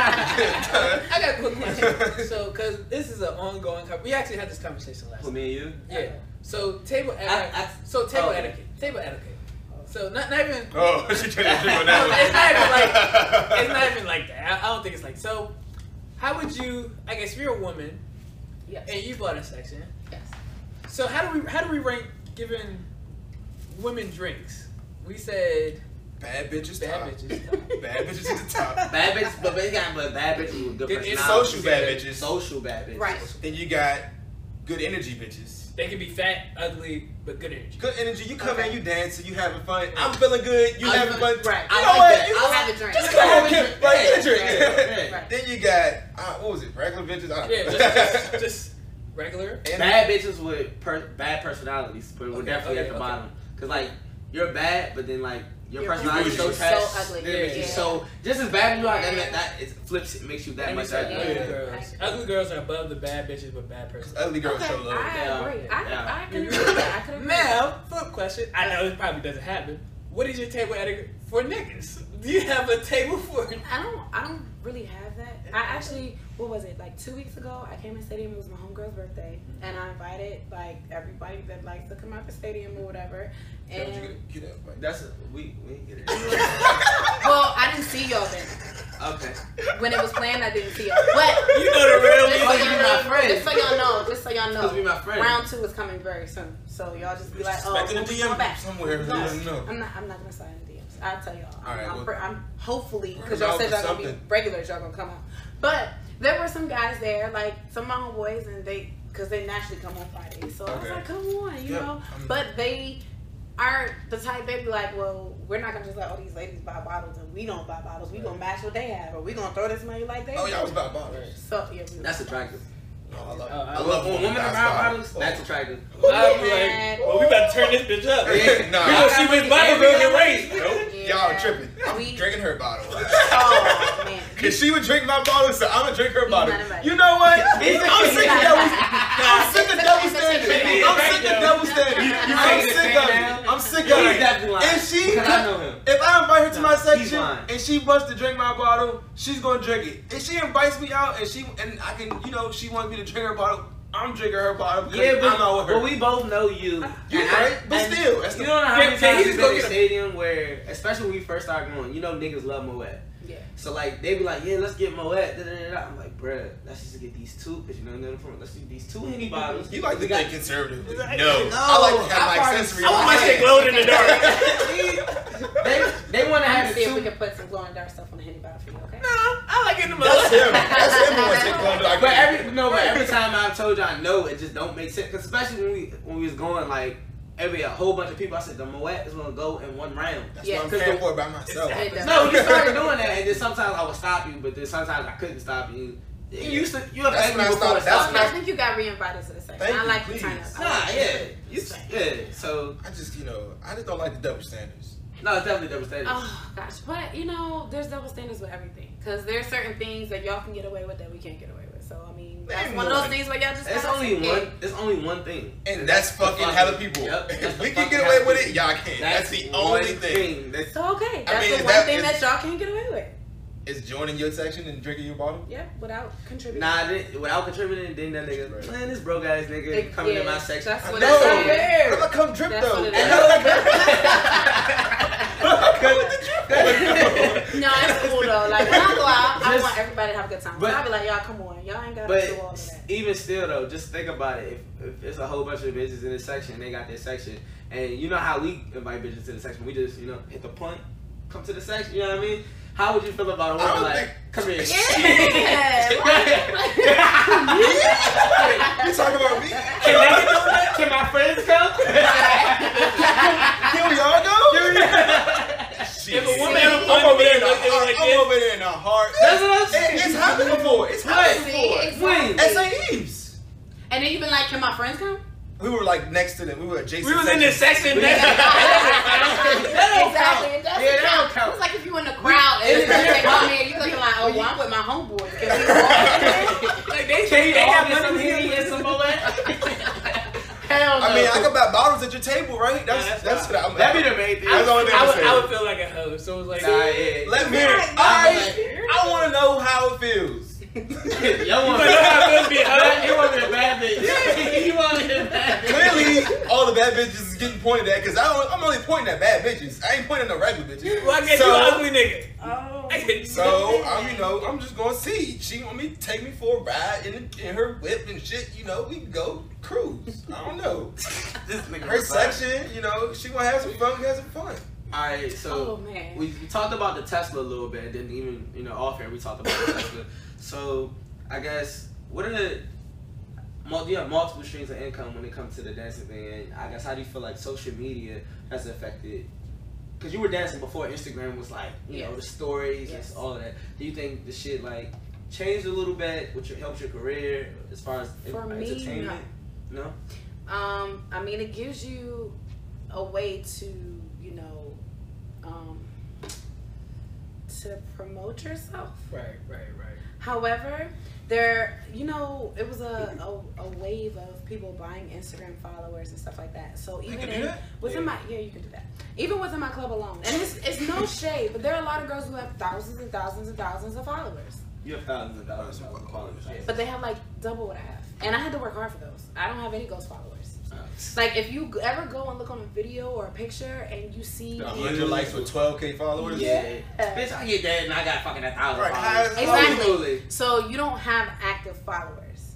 [SPEAKER 1] I got a quick question. So, because this is an ongoing, com- we actually had this conversation last.
[SPEAKER 2] For
[SPEAKER 1] Time.
[SPEAKER 2] me and you.
[SPEAKER 1] Yeah. So table
[SPEAKER 2] I,
[SPEAKER 1] etiquette.
[SPEAKER 2] I,
[SPEAKER 1] so table
[SPEAKER 2] oh.
[SPEAKER 1] etiquette. Table etiquette. So not not even.
[SPEAKER 3] oh, she trying to trip on that one.
[SPEAKER 1] It's not even like- It's not even like that. I, I don't think it's like so. How would you? I guess if you're a woman
[SPEAKER 4] Yes.
[SPEAKER 1] and you bought a section.
[SPEAKER 4] Yes.
[SPEAKER 1] So how do we how do we rank giving women drinks? We said
[SPEAKER 3] Bad bitches
[SPEAKER 1] Bad
[SPEAKER 3] top.
[SPEAKER 1] bitches top.
[SPEAKER 3] Bad bitches at the top.
[SPEAKER 2] Bad bitches, but they got but bad bitches with good
[SPEAKER 1] It's
[SPEAKER 2] personalities.
[SPEAKER 3] social bad bitches.
[SPEAKER 2] Social bad bitches.
[SPEAKER 4] Right.
[SPEAKER 3] Then you got good energy bitches.
[SPEAKER 1] They can be fat, ugly, but good energy.
[SPEAKER 3] Good energy. You come
[SPEAKER 4] Okay.
[SPEAKER 3] in, you dancing, you having fun. I'm feeling good. You
[SPEAKER 2] I'm
[SPEAKER 3] having fun.
[SPEAKER 2] feeling- right.
[SPEAKER 3] You
[SPEAKER 4] I
[SPEAKER 3] know
[SPEAKER 4] like
[SPEAKER 3] what?
[SPEAKER 4] that.
[SPEAKER 3] You
[SPEAKER 4] I'll
[SPEAKER 3] just-
[SPEAKER 4] have a drink.
[SPEAKER 3] Just come
[SPEAKER 2] Have
[SPEAKER 3] on,
[SPEAKER 2] a
[SPEAKER 3] get,
[SPEAKER 2] drink.
[SPEAKER 3] right, get a
[SPEAKER 2] Right, right,
[SPEAKER 3] drink.
[SPEAKER 4] right.
[SPEAKER 3] Then you got uh, what was it? Regular bitches. I don't
[SPEAKER 1] Yeah,
[SPEAKER 3] know.
[SPEAKER 1] just, just, just regular.
[SPEAKER 3] And-
[SPEAKER 2] Bad bitches with per- bad personalities, but we're
[SPEAKER 3] Okay,
[SPEAKER 2] definitely
[SPEAKER 1] okay,
[SPEAKER 2] at the
[SPEAKER 1] okay.
[SPEAKER 2] bottom. Cause like you're bad, but then like your,
[SPEAKER 4] Your
[SPEAKER 2] personality is so
[SPEAKER 3] personality
[SPEAKER 4] is
[SPEAKER 2] trash,
[SPEAKER 4] so ugly,
[SPEAKER 2] then it makes you
[SPEAKER 1] yeah.
[SPEAKER 2] so just as bad as you are. That that, that it flips, it makes you that
[SPEAKER 1] And
[SPEAKER 2] much
[SPEAKER 1] it's like
[SPEAKER 2] better.
[SPEAKER 3] ugly.
[SPEAKER 1] ugly
[SPEAKER 3] Yeah.
[SPEAKER 1] girls. Ugly girls are above the bad bitches with bad person.
[SPEAKER 3] Ugly girls
[SPEAKER 4] okay,
[SPEAKER 3] show love.
[SPEAKER 4] I agree. I,
[SPEAKER 2] Yeah.
[SPEAKER 4] I can agree with that. I could agree.
[SPEAKER 1] Now, flip question. I know it probably doesn't happen. What is your table etiquette for niggas? Do you have a table for?
[SPEAKER 4] I don't I don't really have that. I actually what was it, like two weeks ago I came in stadium, it was my homegirl's birthday and I invited like everybody that likes to come out the stadium or whatever.
[SPEAKER 3] How'd you
[SPEAKER 4] And
[SPEAKER 3] get- get up, like-
[SPEAKER 2] That's a, we we didn't get it.
[SPEAKER 4] well, I didn't see y'all then.
[SPEAKER 2] Okay.
[SPEAKER 4] When it was planned I didn't see y'all. But
[SPEAKER 1] You know the real
[SPEAKER 4] just
[SPEAKER 2] Oh,
[SPEAKER 4] so
[SPEAKER 1] me.
[SPEAKER 2] you my
[SPEAKER 4] y'all know,
[SPEAKER 2] friend.
[SPEAKER 4] just so y'all know, just so y'all
[SPEAKER 2] Supposed to be
[SPEAKER 4] know.
[SPEAKER 2] my friend.
[SPEAKER 4] Round two is coming very soon. So y'all just be like, oh,
[SPEAKER 3] Expecting a
[SPEAKER 4] I'm
[SPEAKER 3] DM
[SPEAKER 4] back.
[SPEAKER 3] somewhere.
[SPEAKER 4] No.
[SPEAKER 3] You don't know.
[SPEAKER 4] I'm not. I'm not gonna sign the DMs. I'll tell y'all. I'm,
[SPEAKER 3] All right,
[SPEAKER 4] I'm,
[SPEAKER 3] well-
[SPEAKER 4] fr- I'm hopefully
[SPEAKER 3] We're
[SPEAKER 4] because y'all
[SPEAKER 3] about
[SPEAKER 4] said
[SPEAKER 3] for
[SPEAKER 4] y'all gonna be
[SPEAKER 3] something.
[SPEAKER 4] regulars. Y'all gonna come out. But there were some guys there, like some of my homeboys, and they because they naturally come on Fridays. So I was
[SPEAKER 3] Okay.
[SPEAKER 4] like, come on, you
[SPEAKER 3] Yeah,
[SPEAKER 4] know.
[SPEAKER 3] I'm-
[SPEAKER 4] But they aren't the type. They be like, well, we're not gonna just let all these ladies buy bottles and we don't buy bottles. We gonna match what they have, or we gonna throw this money like they.
[SPEAKER 3] Oh,
[SPEAKER 4] do."
[SPEAKER 3] y'all was about bottles.
[SPEAKER 4] So yeah, we
[SPEAKER 2] That's attractive.
[SPEAKER 3] Oh, I love.
[SPEAKER 1] Oh, I
[SPEAKER 3] I
[SPEAKER 1] love
[SPEAKER 3] love
[SPEAKER 2] When women are
[SPEAKER 3] that's
[SPEAKER 2] around
[SPEAKER 3] bottles.
[SPEAKER 2] models, that's attractive.
[SPEAKER 1] I'd be
[SPEAKER 4] Man.
[SPEAKER 1] like, well, we about to turn this bitch up.
[SPEAKER 2] Yeah.
[SPEAKER 3] Nah.
[SPEAKER 1] You know she went Bible girl get raised.
[SPEAKER 3] Nope. Y'all
[SPEAKER 4] Yeah.
[SPEAKER 3] tripping. I'm
[SPEAKER 4] We-
[SPEAKER 3] drinking her bottle.
[SPEAKER 4] Oh man.
[SPEAKER 3] Cause she would drink my bottle, so I'm gonna drink her bottle.
[SPEAKER 4] not invited.
[SPEAKER 3] You know what?
[SPEAKER 2] It's
[SPEAKER 3] I'm
[SPEAKER 2] okay.
[SPEAKER 3] sick of double. I'm sick of double standards. I'm sick of double standards.
[SPEAKER 2] You- you
[SPEAKER 3] I'm
[SPEAKER 2] take the
[SPEAKER 3] sick
[SPEAKER 2] fan
[SPEAKER 3] of
[SPEAKER 2] down?
[SPEAKER 3] it. I'm sick
[SPEAKER 2] He's
[SPEAKER 3] of it.
[SPEAKER 2] definitely lying.
[SPEAKER 3] If she,
[SPEAKER 2] Cause I know him.
[SPEAKER 3] if I invite her to my
[SPEAKER 2] Nah, he's
[SPEAKER 3] section
[SPEAKER 2] lying.
[SPEAKER 3] and she wants to drink my bottle, she's gonna drink it. If she invites me out and she and I can, you know, she wants me to drink her bottle, I'm drinking her bottle. because
[SPEAKER 2] Yeah, but,
[SPEAKER 3] I'm out with her.
[SPEAKER 2] but we both know you.
[SPEAKER 3] You
[SPEAKER 2] And
[SPEAKER 3] right, but
[SPEAKER 2] and
[SPEAKER 3] still, that's
[SPEAKER 2] you
[SPEAKER 3] the-
[SPEAKER 2] don't know how
[SPEAKER 1] Yeah,
[SPEAKER 2] many
[SPEAKER 1] yeah,
[SPEAKER 2] times
[SPEAKER 1] he's
[SPEAKER 2] you've
[SPEAKER 1] gonna get
[SPEAKER 2] been in a
[SPEAKER 1] a-
[SPEAKER 2] stadium where, especially when we first started going, you know niggas love Moet.
[SPEAKER 4] Yeah.
[SPEAKER 2] So like they be like, yeah, let's get Moet. Da, da, da, da. I'm like, bruh, let's just get these two because you know nothing from. Let's get these two henny bottles.
[SPEAKER 3] You like to
[SPEAKER 2] We got-
[SPEAKER 3] think conservatively. No,
[SPEAKER 2] Like, no,
[SPEAKER 3] I like to have
[SPEAKER 2] I
[SPEAKER 3] my
[SPEAKER 2] party-
[SPEAKER 3] accessory.
[SPEAKER 1] I want my
[SPEAKER 3] on.
[SPEAKER 1] shit glowing in the dark.
[SPEAKER 2] they they want to
[SPEAKER 4] I'm gonna
[SPEAKER 2] have
[SPEAKER 4] see if we
[SPEAKER 2] two.
[SPEAKER 4] can put some glow and dark stuff on the handy bottle for you, okay?
[SPEAKER 1] No, I like it in the
[SPEAKER 3] That's
[SPEAKER 1] mud.
[SPEAKER 3] him. That's him who wants it glowing in the dark.
[SPEAKER 2] But every no, but every time I've told y'all no, it just don't make sense. 'Cause especially when we when we was going like every a whole bunch of people, I said the Moet is gonna go in one round.
[SPEAKER 3] That's
[SPEAKER 4] Yeah.
[SPEAKER 3] what I'm paying for by myself.
[SPEAKER 4] It does.
[SPEAKER 2] No, you started doing that, and then sometimes I would stop you, but then sometimes I couldn't stop you. You used to, you have
[SPEAKER 3] That's
[SPEAKER 2] asked me
[SPEAKER 3] when I
[SPEAKER 2] before. That's
[SPEAKER 3] stopped- that's
[SPEAKER 4] Oh,
[SPEAKER 3] when
[SPEAKER 4] no,
[SPEAKER 2] not,
[SPEAKER 4] I think you got re-invited to the second.
[SPEAKER 3] Thank
[SPEAKER 4] I
[SPEAKER 3] you,
[SPEAKER 4] like the
[SPEAKER 3] please.
[SPEAKER 4] turn up.
[SPEAKER 2] nah, yeah, you, s- yeah. So
[SPEAKER 3] I just, you know, I just don't like the double standards.
[SPEAKER 2] no, it's definitely double standards.
[SPEAKER 4] Oh gosh, but you know, there's double standards with everything. Cause there's certain things that y'all can get away with that we can't get away with. So I mean, that's
[SPEAKER 3] Ain't
[SPEAKER 4] one of those
[SPEAKER 3] one.
[SPEAKER 4] things where y'all just.
[SPEAKER 2] It's
[SPEAKER 4] gotta
[SPEAKER 2] only
[SPEAKER 4] take
[SPEAKER 2] one.
[SPEAKER 4] it.
[SPEAKER 2] It's only one thing,
[SPEAKER 3] And that's
[SPEAKER 2] the
[SPEAKER 3] fucking hella people.
[SPEAKER 2] Yep, that's
[SPEAKER 3] If
[SPEAKER 2] the
[SPEAKER 3] we can
[SPEAKER 2] fucking
[SPEAKER 3] get away
[SPEAKER 2] hella
[SPEAKER 3] with it,
[SPEAKER 2] people.
[SPEAKER 3] y'all can. That's, the
[SPEAKER 2] one
[SPEAKER 3] only thing.
[SPEAKER 2] That's
[SPEAKER 4] So okay, that's
[SPEAKER 3] mean,
[SPEAKER 4] the
[SPEAKER 3] is
[SPEAKER 4] one
[SPEAKER 3] that-
[SPEAKER 4] thing that
[SPEAKER 3] is-
[SPEAKER 4] y'all can't get away with.
[SPEAKER 3] Is joining your section and drinking your bottle?
[SPEAKER 4] Yep, without contributing.
[SPEAKER 2] nah. Then, without contributing, then that nigga,
[SPEAKER 3] Right.
[SPEAKER 2] man, this broke ass nigga
[SPEAKER 4] It-
[SPEAKER 2] coming to
[SPEAKER 4] yeah,
[SPEAKER 2] my section.
[SPEAKER 4] that's what
[SPEAKER 2] that's
[SPEAKER 4] it
[SPEAKER 2] not
[SPEAKER 4] is.
[SPEAKER 2] fair.
[SPEAKER 3] I'm gonna come drip
[SPEAKER 4] That's
[SPEAKER 3] though.
[SPEAKER 4] what it
[SPEAKER 2] And
[SPEAKER 4] is.
[SPEAKER 2] no,
[SPEAKER 3] That's-
[SPEAKER 4] No, it's cool though. Like when I go out, I
[SPEAKER 2] Just-
[SPEAKER 4] want everybody to have a good time.
[SPEAKER 2] but-
[SPEAKER 4] But, I'll be like, y'all come on, y'all ain't gotta do all
[SPEAKER 2] But
[SPEAKER 4] of that.
[SPEAKER 2] even still, though, just think about it. If, if it's a whole bunch of bitches in this section, they got their section, and you know how we invite bitches to the section, we just you know hit the punt, come to the section. You know what I mean? How would you feel about a woman
[SPEAKER 3] I don't
[SPEAKER 2] like,
[SPEAKER 3] think-
[SPEAKER 2] come here?
[SPEAKER 3] You talking about me?
[SPEAKER 2] Can, they do that? Can my friends come?
[SPEAKER 3] Here we all go. Shit.
[SPEAKER 1] If a woman
[SPEAKER 3] I'm
[SPEAKER 1] had a fun
[SPEAKER 3] over there in a,
[SPEAKER 1] day, they were
[SPEAKER 3] I'm
[SPEAKER 1] like this.
[SPEAKER 3] over there in a heart.
[SPEAKER 2] That's what I'm saying.
[SPEAKER 3] It- it's happened before. It's happened
[SPEAKER 4] See,
[SPEAKER 3] before.
[SPEAKER 4] exactly.
[SPEAKER 2] Wait.
[SPEAKER 3] At St. Eve's.
[SPEAKER 4] And then you've been like, can my friends come?
[SPEAKER 3] We were like next to them. We were adjacent.
[SPEAKER 1] We was in this section.
[SPEAKER 2] That don't count.
[SPEAKER 4] exactly. It doesn't
[SPEAKER 2] Yeah, that don't
[SPEAKER 4] count.
[SPEAKER 2] count.
[SPEAKER 4] It's like if you in the crowd and
[SPEAKER 2] It's
[SPEAKER 4] it's like,
[SPEAKER 2] different.
[SPEAKER 4] come in, you looking like, oh, well, I'm with my homeboys. Can we all go?
[SPEAKER 1] Like they,
[SPEAKER 2] Can
[SPEAKER 1] they
[SPEAKER 2] you all
[SPEAKER 1] have
[SPEAKER 2] get some
[SPEAKER 1] money.
[SPEAKER 2] Henny and some Moet? Hell no.
[SPEAKER 3] I mean, I could buy bottles at your table, right? That's
[SPEAKER 1] Yeah, that's
[SPEAKER 3] that's, what I'm.
[SPEAKER 2] That'd be the main thing.
[SPEAKER 3] That's all they
[SPEAKER 1] I
[SPEAKER 3] would
[SPEAKER 1] would,
[SPEAKER 3] say.
[SPEAKER 1] I would feel like a hoe. So it was like,
[SPEAKER 2] Nah, yeah.
[SPEAKER 3] Let me. I I want to know how it feels.
[SPEAKER 2] Y'all want
[SPEAKER 1] But you know how it feels to be a hoe?
[SPEAKER 2] You want to be a bad bitch. You want to be a bad bitch.
[SPEAKER 3] Clearly, all the bad bitches is getting pointed at because I'm only pointing at bad bitches. I ain't pointing at no regular bitches.
[SPEAKER 1] well, I get you an
[SPEAKER 3] so,
[SPEAKER 1] ugly nigga.
[SPEAKER 4] Oh.
[SPEAKER 1] I get
[SPEAKER 3] so I'm, you know, I'm just gonna see. She want me to take me for a ride in, in her whip and shit. You know, we can go cruise. I don't know.
[SPEAKER 2] This nigga
[SPEAKER 3] Her section, you know, she gonna have some fun. Have some fun.
[SPEAKER 2] All right, so
[SPEAKER 4] oh man.
[SPEAKER 2] we, we talked about the Tesla a little bit. Didn't even you know off air we talked about the Tesla. So I guess what are the mul- you have multiple streams of income when it comes to the dancing thing. And I guess how do you feel like social media has affected? Because you were dancing before Instagram was like you know
[SPEAKER 4] Yes.
[SPEAKER 2] the stories
[SPEAKER 4] Yes.
[SPEAKER 2] and all of that. Do you think the shit like changed a little bit, which helped your career as far as en-
[SPEAKER 4] For me, no.
[SPEAKER 2] entertainment? No.
[SPEAKER 4] Um, I mean, it gives you a way to, you know, um, to promote yourself.
[SPEAKER 1] Right, right, right.
[SPEAKER 4] However, there, you know, it was a, a, a wave of people buying Instagram followers and stuff like that. So
[SPEAKER 3] You
[SPEAKER 4] even
[SPEAKER 3] can
[SPEAKER 4] in,
[SPEAKER 3] do that?
[SPEAKER 4] within
[SPEAKER 2] Yeah.
[SPEAKER 4] my yeah, you can do that. Even within my club alone, and it's, it's no shade, but there are a lot of girls who have thousands and thousands and thousands of followers,
[SPEAKER 2] You have thousands of dollars.
[SPEAKER 3] Thousands of dollars.
[SPEAKER 4] but they have like double what I have, and I had to work hard for those. I don't have any ghost followers.
[SPEAKER 2] Uh,
[SPEAKER 4] Like if you ever go and look on a video or a picture and you see
[SPEAKER 2] No.
[SPEAKER 5] hundred likes with twelve k followers.
[SPEAKER 2] Yeah. Bitch, I get that and I got fucking a thousand
[SPEAKER 3] Right, how
[SPEAKER 2] dollars.
[SPEAKER 3] is-
[SPEAKER 4] Exactly.
[SPEAKER 2] Absolutely.
[SPEAKER 4] So you don't have active followers.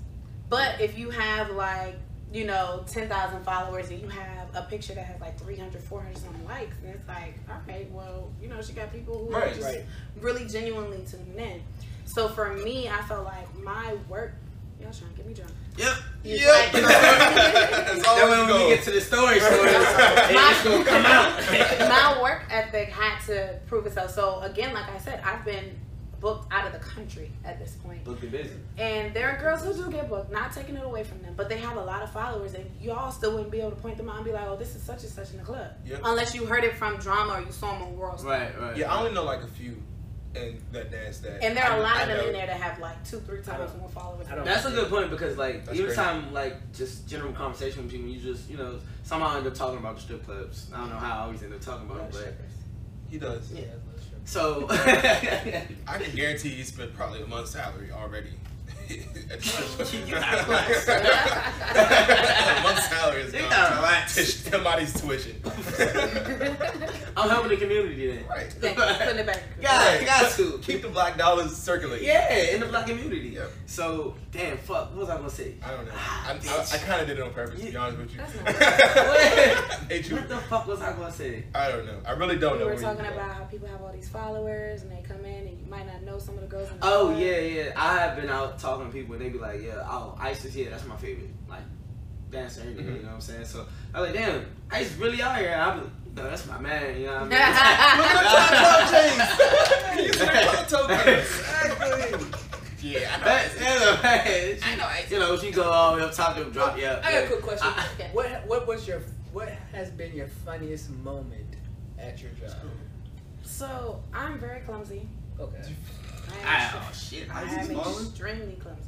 [SPEAKER 4] But if you have like, you know, 10,000 followers and you have a picture that has like 300, 400 some likes, and it's like, all right, well, you know, she got people who are
[SPEAKER 2] Right,
[SPEAKER 4] just
[SPEAKER 2] right.
[SPEAKER 4] really genuinely tuning in. So for me, I felt like my work, y'all trying to get me drunk.
[SPEAKER 3] Yep.
[SPEAKER 4] That's
[SPEAKER 3] That's all
[SPEAKER 2] That way
[SPEAKER 3] we
[SPEAKER 2] when we
[SPEAKER 3] go.
[SPEAKER 2] get to the story, so
[SPEAKER 4] That's all.
[SPEAKER 2] it's gonna come out.
[SPEAKER 4] my work ethic had to prove itself. So again, like I said, I've been booked out of the country at this point.
[SPEAKER 2] Looking busy.
[SPEAKER 4] And there are girls who do get booked, not taking it away from them, but they have a lot of followers, and y'all still wouldn't be able to point them out and be like, "Oh, this is such and such in the club,"
[SPEAKER 3] Yep.
[SPEAKER 4] unless you heard it from drama or you saw them on World. Star.
[SPEAKER 2] Right, right.
[SPEAKER 5] Yeah, I only know like a few, and that dance that.
[SPEAKER 4] And there are
[SPEAKER 5] a
[SPEAKER 4] a lot of them in there that have like two, three times more followers.
[SPEAKER 1] I don't-
[SPEAKER 2] That's a good point because like
[SPEAKER 5] That's
[SPEAKER 2] every
[SPEAKER 5] crazy.
[SPEAKER 2] time like just general conversation with people, you just you know somehow I end up talking about the strip clubs. I don't know how I always end up talking about it, but
[SPEAKER 5] He does.
[SPEAKER 1] Yeah,
[SPEAKER 2] so
[SPEAKER 5] I can guarantee he spent probably a month's salary already. At
[SPEAKER 2] Relax.
[SPEAKER 5] a month's salary is
[SPEAKER 2] They
[SPEAKER 5] gone.
[SPEAKER 2] gotta relax.
[SPEAKER 5] Tish- Somebody's tuition.
[SPEAKER 2] I'm helping the community then.
[SPEAKER 5] right.
[SPEAKER 4] Thank you. Put it back.
[SPEAKER 2] God, got to.
[SPEAKER 5] Keep the black dollars circulating.
[SPEAKER 2] Yeah, in the black community.
[SPEAKER 5] Yep.
[SPEAKER 2] So damn, fuck, what was I gonna say?
[SPEAKER 5] I don't know.
[SPEAKER 2] Ah,
[SPEAKER 5] I, I,
[SPEAKER 2] bitch.
[SPEAKER 5] I kind of did it on purpose, to be
[SPEAKER 2] Yeah.
[SPEAKER 5] honest with you.
[SPEAKER 4] That's
[SPEAKER 2] not-
[SPEAKER 5] Hate you.
[SPEAKER 2] What the fuck was I gonna say?
[SPEAKER 5] I don't know. I really don't
[SPEAKER 2] Oh,
[SPEAKER 4] We
[SPEAKER 5] know.
[SPEAKER 4] were
[SPEAKER 5] where you
[SPEAKER 4] talking
[SPEAKER 5] go.
[SPEAKER 4] about how people have all these followers, and they come in, and you might not know some of the girls. In the
[SPEAKER 2] Oh
[SPEAKER 4] club.
[SPEAKER 2] yeah, yeah. I have been out talking to people and they be like, yeah, oh, Ice is here. That's my favorite like dancer. You
[SPEAKER 1] Mm-hmm.
[SPEAKER 2] know
[SPEAKER 5] Mhm.
[SPEAKER 2] what I'm saying? So I was like, damn, Ice really out here. I be like, no, that's my man. You know what I mean?
[SPEAKER 5] Look at the top top James. Yeah, I know.
[SPEAKER 2] That's that's a man.
[SPEAKER 4] I know. I,
[SPEAKER 2] You know, if you go all the way up top, they'll drop you up.
[SPEAKER 1] I got a quick question.
[SPEAKER 2] I-
[SPEAKER 4] Okay.
[SPEAKER 1] What what was your what has been your funniest moment at your job?
[SPEAKER 4] so I'm very clumsy.
[SPEAKER 1] Okay.
[SPEAKER 4] I am
[SPEAKER 2] I-
[SPEAKER 4] extre-
[SPEAKER 2] oh shit!
[SPEAKER 4] I
[SPEAKER 2] I
[SPEAKER 4] am
[SPEAKER 2] just falling.
[SPEAKER 4] extremely clumsy.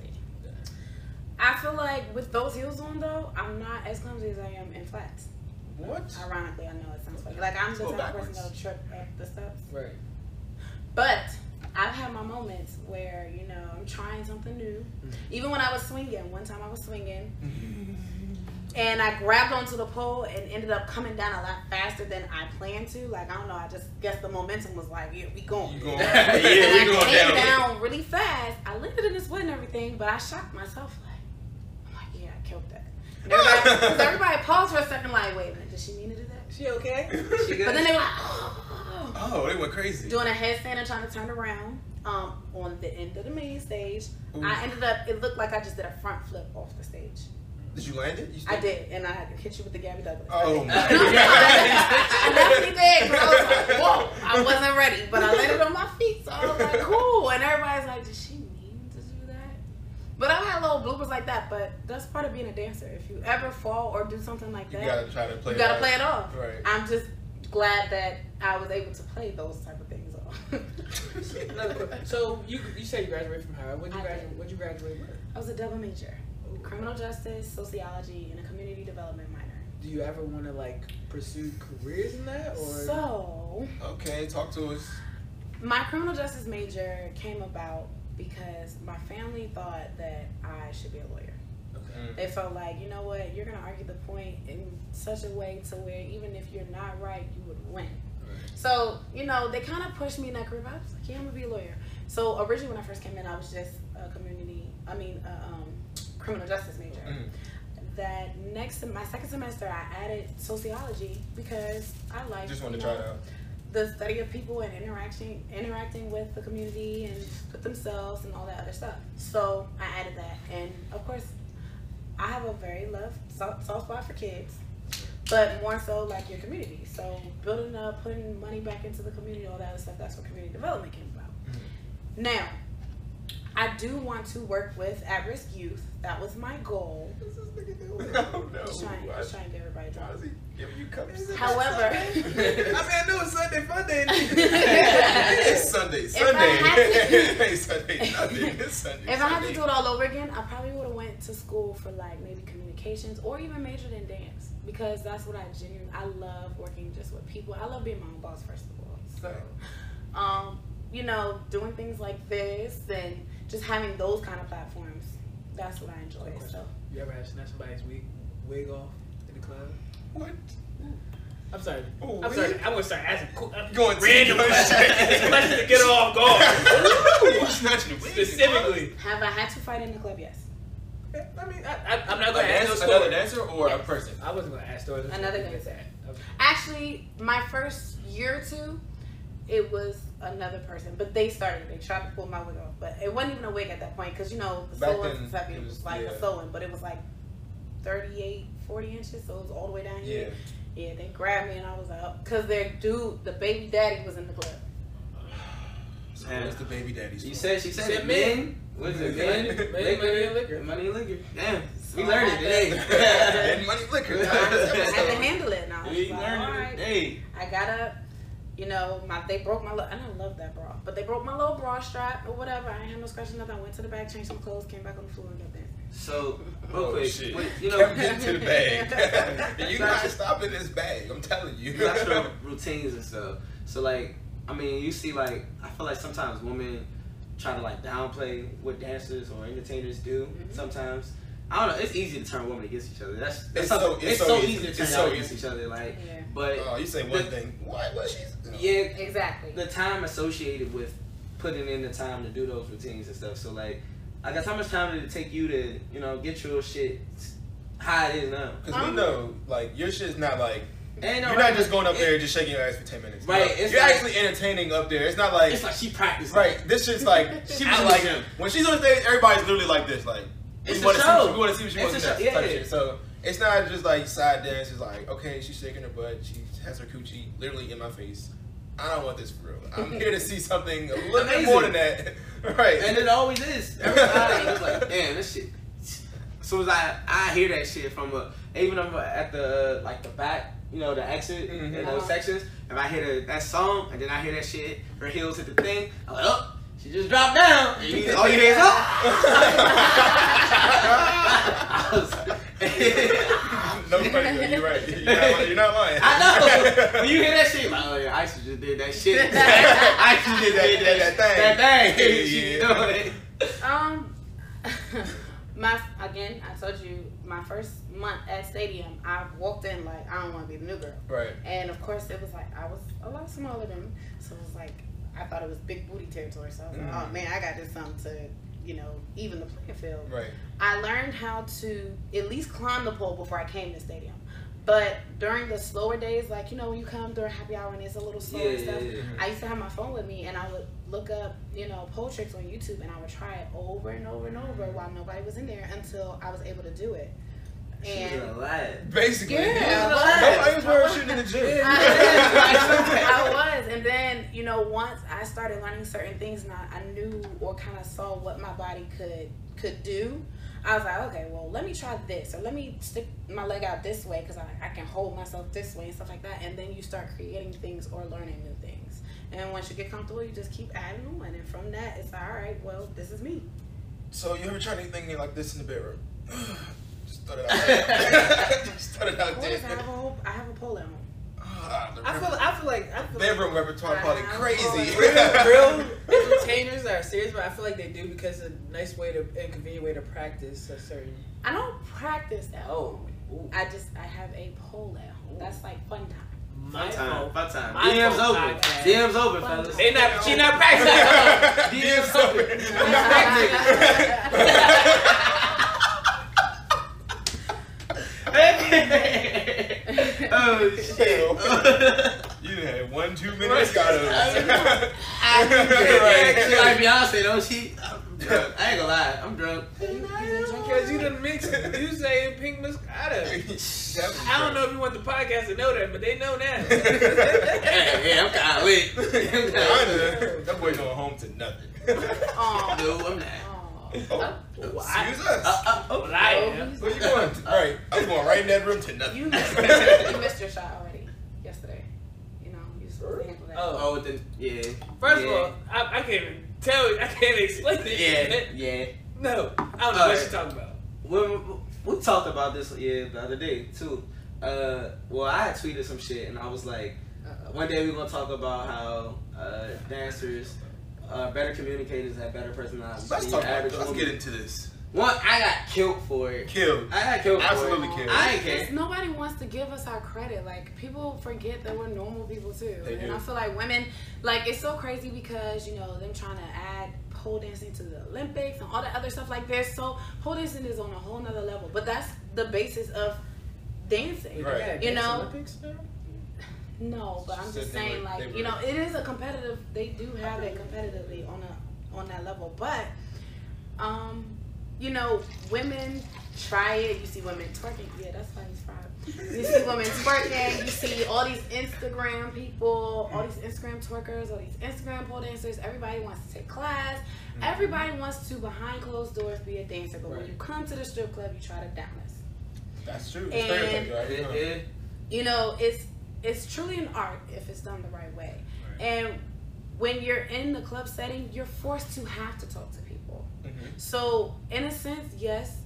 [SPEAKER 4] I feel like with those heels on though, I'm not as clumsy as I am in flats.
[SPEAKER 5] What?
[SPEAKER 4] Ironically, I know it sounds funny. Like I'm the
[SPEAKER 5] Go
[SPEAKER 4] type of person
[SPEAKER 5] backwards.
[SPEAKER 4] that'll trip up the steps.
[SPEAKER 1] Right.
[SPEAKER 4] But I've had my moments where you know I'm trying something new.
[SPEAKER 5] Mm-hmm.
[SPEAKER 1] Mhm.
[SPEAKER 4] Even when I was swinging, one time I was swinging,
[SPEAKER 5] Mm-hmm.
[SPEAKER 4] and I grabbed onto the pole and ended up coming down a lot faster than I planned to. Like I don't know, I just guess the momentum was like, yeah, we going.
[SPEAKER 5] You going?
[SPEAKER 2] Yeah,
[SPEAKER 5] yeah,
[SPEAKER 4] and I
[SPEAKER 5] we going
[SPEAKER 4] came
[SPEAKER 5] down.
[SPEAKER 4] down, really fast. I landed in this wood and everything, but I shocked myself. Like, I'm like, yeah, I killed that. And everybody, 'cause everybody paused for a second, like, wait a minute, did she mean to do that?
[SPEAKER 1] She okay?
[SPEAKER 2] She
[SPEAKER 4] But
[SPEAKER 2] good?
[SPEAKER 4] then they were like, oh,
[SPEAKER 5] Oh, they went crazy.
[SPEAKER 4] doing a headstand and trying to turn around um, on the end of the main stage.
[SPEAKER 5] Mm.
[SPEAKER 4] I ended up, it looked like I just did a front flip off the stage.
[SPEAKER 5] Did you land it? You
[SPEAKER 4] I did, and I hit you with the Gabby Douglas. No,
[SPEAKER 5] Oh my
[SPEAKER 4] no, I definitely did. But I was like, whoa, I wasn't ready, but I landed on my feet, so I was like, cool. And everybody's like, did she mean to do that? But I've had little bloopers like that, but that's part of being a dancer. If you ever fall or do something like
[SPEAKER 5] You
[SPEAKER 4] that,
[SPEAKER 5] gotta try to play.
[SPEAKER 4] you gotta
[SPEAKER 5] it
[SPEAKER 4] play it off.
[SPEAKER 5] off. Right.
[SPEAKER 4] I'm just glad that I was able to play those type of things off.
[SPEAKER 1] Another quick. So you you say you graduated from Howard. What'd you
[SPEAKER 4] I
[SPEAKER 1] graduate?
[SPEAKER 4] did.
[SPEAKER 1] What'd you graduate with?
[SPEAKER 4] I was a double major
[SPEAKER 1] Ooh.
[SPEAKER 4] criminal justice, sociology, and a community development minor.
[SPEAKER 1] Do you ever want to like pursue careers in that or?
[SPEAKER 4] So.
[SPEAKER 5] Okay, talk to us.
[SPEAKER 4] My criminal justice major came about because my family thought that I should be a lawyer.
[SPEAKER 5] Mm. Mm-hmm.
[SPEAKER 4] They felt like, you know what, you're gonna argue the point in such a way to where even if you're not right, you would win. So, you know, they kind of pushed me in that career. But I was like, yeah, I'm gonna be a lawyer. So originally, when I first came in, I was just a community, I mean, a, um, criminal justice major.
[SPEAKER 5] Mhm.
[SPEAKER 4] That next, sem- my second semester, I added sociology because I like
[SPEAKER 5] Just wanted to
[SPEAKER 4] you
[SPEAKER 5] try
[SPEAKER 4] know,
[SPEAKER 5] it out.
[SPEAKER 4] the study of people and interaction, interacting with the community and with themselves and all that other stuff. So I added that, and of course, I have a very love soft, soft spot for kids, but more so like your community. So building up, putting money back into the community, all that other stuff. That's what community development came about. Now, I do want to work with at-risk youth. That was my goal.
[SPEAKER 5] What's this nigga doing?
[SPEAKER 3] Oh, no.
[SPEAKER 4] Just trying, just trying to get everybody
[SPEAKER 3] Why
[SPEAKER 4] drunk.
[SPEAKER 3] is he giving you cups?
[SPEAKER 4] However,
[SPEAKER 5] I mean, I know it's Sunday fun day.
[SPEAKER 3] it's Sunday. Sunday.
[SPEAKER 4] I had to-
[SPEAKER 3] Hey, Sunday. Sunday. It's Sunday.
[SPEAKER 4] if I had to
[SPEAKER 3] Sunday.
[SPEAKER 4] do it all over again, I probably would have went to school for like maybe communications or even majored in dance because that's what I genuinely I love working just with people. I love being my own boss first of all. So, um, you know, doing things like this and just having those kind of platforms. That's what I enjoy. So
[SPEAKER 1] You ever had to snatch somebody's wig, wig off in the club?
[SPEAKER 3] What?
[SPEAKER 1] I'm sorry.
[SPEAKER 3] Oh,
[SPEAKER 1] I'm sorry. I'm gonna start asking cool,
[SPEAKER 3] Going to-
[SPEAKER 1] random questions. questions to get her off guard.
[SPEAKER 3] Ooh, snatching it.
[SPEAKER 1] Specifically,
[SPEAKER 4] have I had to fight in the club? Yes.
[SPEAKER 1] I mean, I, I, I'm
[SPEAKER 3] A
[SPEAKER 1] not gonna ask no
[SPEAKER 3] dancer, another
[SPEAKER 1] story.
[SPEAKER 3] dancer or a
[SPEAKER 4] Yes.
[SPEAKER 3] person?
[SPEAKER 1] I wasn't gonna ask stories.
[SPEAKER 4] Another
[SPEAKER 1] That's
[SPEAKER 4] dancer.
[SPEAKER 1] that. Okay.
[SPEAKER 4] Actually, my first year or two, it was another person, but they started. They tried to pull my wig off, but it wasn't even a wig at that point because you know the
[SPEAKER 3] Back
[SPEAKER 4] sewing
[SPEAKER 3] then,
[SPEAKER 4] was heavy.
[SPEAKER 3] it
[SPEAKER 4] It
[SPEAKER 3] was-
[SPEAKER 4] was like
[SPEAKER 3] yeah.
[SPEAKER 4] a sewing, but it was like 38, 40 inches, so it was all the way down
[SPEAKER 3] Yeah.
[SPEAKER 4] here. Yeah, they grabbed me and I was like, because their dude, the baby daddy, was in the club.
[SPEAKER 3] So where's the baby daddy's?
[SPEAKER 2] You
[SPEAKER 3] from?
[SPEAKER 2] said she said
[SPEAKER 1] Said
[SPEAKER 2] it,
[SPEAKER 1] men.
[SPEAKER 2] men. What is it?
[SPEAKER 1] Men,
[SPEAKER 2] Men,
[SPEAKER 1] men,
[SPEAKER 2] liquor,
[SPEAKER 1] money, and liquor.
[SPEAKER 2] Money and liquor. Damn, we
[SPEAKER 4] So
[SPEAKER 2] learned it
[SPEAKER 4] I-
[SPEAKER 2] today.
[SPEAKER 3] and money liquor.
[SPEAKER 4] So I had to handle it, and I was
[SPEAKER 2] we
[SPEAKER 4] like,
[SPEAKER 2] learned
[SPEAKER 4] all
[SPEAKER 2] it
[SPEAKER 4] right.
[SPEAKER 2] today.
[SPEAKER 4] I got up, you know, my they broke my little, I don't love that bra, but they broke my little bra strap or whatever. I ain't had no scratches, nothing. I went to the back, changed some clothes, came back on the floor, and got dancing.
[SPEAKER 2] So, real
[SPEAKER 3] Oh,
[SPEAKER 2] quick,
[SPEAKER 3] shit.
[SPEAKER 2] what, you know,
[SPEAKER 3] Kept getting to the bag. and you
[SPEAKER 2] That's
[SPEAKER 3] not stopping this bag. I'm telling you.
[SPEAKER 2] natural routines and stuff. So like, I mean, you see like, I feel like sometimes women try to like downplay what dancers or entertainers do.
[SPEAKER 4] Mhm.
[SPEAKER 2] Sometimes I don't know. It's easy to turn women against each other. That's, that's
[SPEAKER 3] It's so-
[SPEAKER 2] something-
[SPEAKER 3] it's
[SPEAKER 2] it's,
[SPEAKER 3] so
[SPEAKER 2] so
[SPEAKER 3] easy.
[SPEAKER 2] easy to turn
[SPEAKER 3] It's
[SPEAKER 2] y'all
[SPEAKER 3] so
[SPEAKER 2] against each other. Like,
[SPEAKER 4] Yeah.
[SPEAKER 2] but
[SPEAKER 3] Oh, you say one thing. What? What? She's.
[SPEAKER 2] yeah,
[SPEAKER 4] Exactly.
[SPEAKER 2] the time associated with putting in the time to do those routines and stuff. So like, I guess how much time did it take you to you know get your shit how it is now?
[SPEAKER 3] Because we know, like, your shit's not like.
[SPEAKER 2] Ain't no
[SPEAKER 3] You're
[SPEAKER 2] Um, right-
[SPEAKER 3] not just going up
[SPEAKER 2] it-
[SPEAKER 3] there and just shaking your ass for 10 minutes.
[SPEAKER 2] Right,
[SPEAKER 3] No.
[SPEAKER 2] it's
[SPEAKER 3] You're
[SPEAKER 2] like-
[SPEAKER 3] actually entertaining up there. It's not like.
[SPEAKER 2] It's like she practiced.
[SPEAKER 3] Right, this shit's like
[SPEAKER 2] She
[SPEAKER 3] she
[SPEAKER 2] was in the
[SPEAKER 3] like
[SPEAKER 2] gym.
[SPEAKER 3] when she's on stage, everybody's literally like this, like
[SPEAKER 2] It's
[SPEAKER 3] we
[SPEAKER 2] a
[SPEAKER 3] want to see,
[SPEAKER 2] show.
[SPEAKER 3] what- we want to see what she
[SPEAKER 2] It's
[SPEAKER 3] wants
[SPEAKER 2] a
[SPEAKER 3] to
[SPEAKER 2] show,
[SPEAKER 3] do. type
[SPEAKER 2] yeah.
[SPEAKER 3] shit. So it's not just like side dance. It's like okay, she's shaking her butt, she has her coochie literally in my face. I don't want this for real. I'm here to see something a little bit
[SPEAKER 2] Amazing.
[SPEAKER 3] more than that, right?
[SPEAKER 2] And it always is. Every time. It's like, damn, this shit. As soon as I, I hear that shit from a, even if I'm at the, uh, like the back, you know, the exit
[SPEAKER 3] Mhm.
[SPEAKER 2] in
[SPEAKER 4] Uh-huh.
[SPEAKER 2] those sections, if I hear the, that song and then I hear that shit, her heels hit the thing, I'm like, oh, she just dropped down. And you, all you hear is, oh. I was-
[SPEAKER 3] no, funny, you're right. You're not, lying- you're not lying.
[SPEAKER 2] I know. when you hear that shit, like, oh yeah, Isis just did that shit. Isis just did that,
[SPEAKER 3] That- that thing.
[SPEAKER 2] That thing. she
[SPEAKER 3] Yeah.
[SPEAKER 2] doing it.
[SPEAKER 4] Um, my again, I told you my first month at Stadium, I walked in like I don't want to be the new girl,
[SPEAKER 3] Right.
[SPEAKER 4] and of course it was like I was a lot smaller than, so it was like I thought it was big booty territory. So I was like,
[SPEAKER 3] Mhm.
[SPEAKER 4] oh man, I got this something to, you know, even the playing field.
[SPEAKER 3] Right.
[SPEAKER 4] I learned how to at least climb the pole before I came to stadium. But during the slower days, like you know, when you come during happy hour and it's a little slower and stuff, I used to have my phone with me and I would look up, you know, pole tricks on YouTube and I would try it over and over and over while nobody was in there until I was able to do it.
[SPEAKER 2] She's
[SPEAKER 4] And
[SPEAKER 2] alive.
[SPEAKER 3] Basically.
[SPEAKER 4] Yeah,
[SPEAKER 3] Nobody was
[SPEAKER 4] I was.
[SPEAKER 3] wearing shit in the gym.
[SPEAKER 4] I was, and then you know, once I started learning certain things, and I, I knew or kind of saw what my body could could do. I was like, okay, well, let me try this, or let me stick my leg out this way because I, I can hold myself this way and stuff like that. And then you start creating things or learning new things. And once you get comfortable, you just keep adding on. And from that, it's like, all right, well, this is me.
[SPEAKER 3] So you ever tried anything like this in the bedroom? Just throw it out there. Just throw it out
[SPEAKER 4] What is I have a
[SPEAKER 3] there.
[SPEAKER 4] whole, I have a pole at home.
[SPEAKER 3] Ah, the
[SPEAKER 1] I feel. I feel like. I feel like
[SPEAKER 3] bedroom repertoire probably
[SPEAKER 4] Uh-huh.
[SPEAKER 3] crazy.
[SPEAKER 1] real, real entertainers are serious, but I feel like they do because it's a nice way to and convenient way to practice a certain.
[SPEAKER 4] I don't practice at
[SPEAKER 1] Oh,
[SPEAKER 4] home.
[SPEAKER 1] ooh,
[SPEAKER 4] I just I have a pole at home. That's like fun time.
[SPEAKER 1] my
[SPEAKER 2] Fun time.
[SPEAKER 1] fault.
[SPEAKER 2] Fun time.
[SPEAKER 1] My
[SPEAKER 2] DM's
[SPEAKER 1] fault,
[SPEAKER 2] over.
[SPEAKER 1] podcast.
[SPEAKER 2] DM's over,
[SPEAKER 4] Fun
[SPEAKER 2] fellas.
[SPEAKER 1] They not. She not practicing.
[SPEAKER 2] DM's oh shit. Oh,
[SPEAKER 3] You done had one too many Moscatos.
[SPEAKER 2] Right. I
[SPEAKER 3] Right.
[SPEAKER 2] like Beyonce though. She, I'm drunk. I ain't gonna lie. I'm drunk.
[SPEAKER 1] Because you done mixed, you say pink Moscato. I don't know if you want the podcast to know that, but they know now.
[SPEAKER 2] Hey, yeah, I'm kind of lit. I'm kinda lit.
[SPEAKER 3] Kinda. That boy going home to nothing.
[SPEAKER 4] Aw.
[SPEAKER 2] No, I'm not.
[SPEAKER 4] Aw.
[SPEAKER 3] Oh,
[SPEAKER 2] Well, I-
[SPEAKER 3] excuse us.
[SPEAKER 2] Uh, uh, oh.
[SPEAKER 1] well, I am.
[SPEAKER 3] Where you going? All right, I'm going right in that room to nothing.
[SPEAKER 4] You missed, you missed your shot already yesterday. You know, you supposed to handle that.
[SPEAKER 1] Oh.
[SPEAKER 2] Oh, then yeah.
[SPEAKER 1] First
[SPEAKER 2] yeah.
[SPEAKER 1] of all, I, I can't even tell you. I can't explain this
[SPEAKER 2] yeah,
[SPEAKER 1] shit.
[SPEAKER 2] yeah.
[SPEAKER 1] No, I don't know
[SPEAKER 2] All
[SPEAKER 1] what
[SPEAKER 2] right.
[SPEAKER 1] you're talking about.
[SPEAKER 2] We, we we talked about this yeah the other day too. Uh, well, I had tweeted some shit and I was like, one day we're gonna talk about how uh, dancers are better communicators have better personalities.
[SPEAKER 3] Let's
[SPEAKER 2] than
[SPEAKER 3] talk
[SPEAKER 2] the
[SPEAKER 3] about
[SPEAKER 2] average
[SPEAKER 3] this. Let's
[SPEAKER 2] woman.
[SPEAKER 3] get into this.
[SPEAKER 2] One, I got killed for it.
[SPEAKER 3] Kill.
[SPEAKER 2] I got killed
[SPEAKER 3] Absolutely
[SPEAKER 2] for it.
[SPEAKER 3] killed.
[SPEAKER 2] I ain't
[SPEAKER 4] Because
[SPEAKER 2] care.
[SPEAKER 4] nobody wants to give us our credit. Like people forget that we're normal people too.
[SPEAKER 3] They
[SPEAKER 4] and
[SPEAKER 3] do.
[SPEAKER 4] I feel like women, like it's so crazy because you know them trying to add pole dancing to the Olympics and all the other stuff like this. So pole dancing is on a whole nother level. But that's the basis of dancing.
[SPEAKER 3] Right.
[SPEAKER 4] You know?
[SPEAKER 1] Olympics now?
[SPEAKER 4] No, but I'm
[SPEAKER 3] She
[SPEAKER 4] just
[SPEAKER 3] said they
[SPEAKER 4] saying,
[SPEAKER 3] were-
[SPEAKER 4] like
[SPEAKER 3] they were-
[SPEAKER 4] you know, it is a competitive. They do have it competitively on a on that level, but um, you know, women try it. You see women twerking. Yeah, that's why he's fried. You see women twerking. You see all these Instagram people, all these Instagram twerkers, all these Instagram pole dancers. Everybody wants to take class.
[SPEAKER 3] Mm-hmm.
[SPEAKER 4] Everybody wants to behind closed doors be a dancer, but when
[SPEAKER 2] Right.
[SPEAKER 4] you come to the strip club, you try to down us
[SPEAKER 3] That's true.
[SPEAKER 4] And-
[SPEAKER 3] Stereotype, right?
[SPEAKER 2] Yeah,
[SPEAKER 3] Huh.
[SPEAKER 2] yeah.
[SPEAKER 4] you know it's it's truly an art if it's done the right way and when you're in the club setting you're forced to have to talk to people
[SPEAKER 3] Mhm.
[SPEAKER 4] so in a sense yes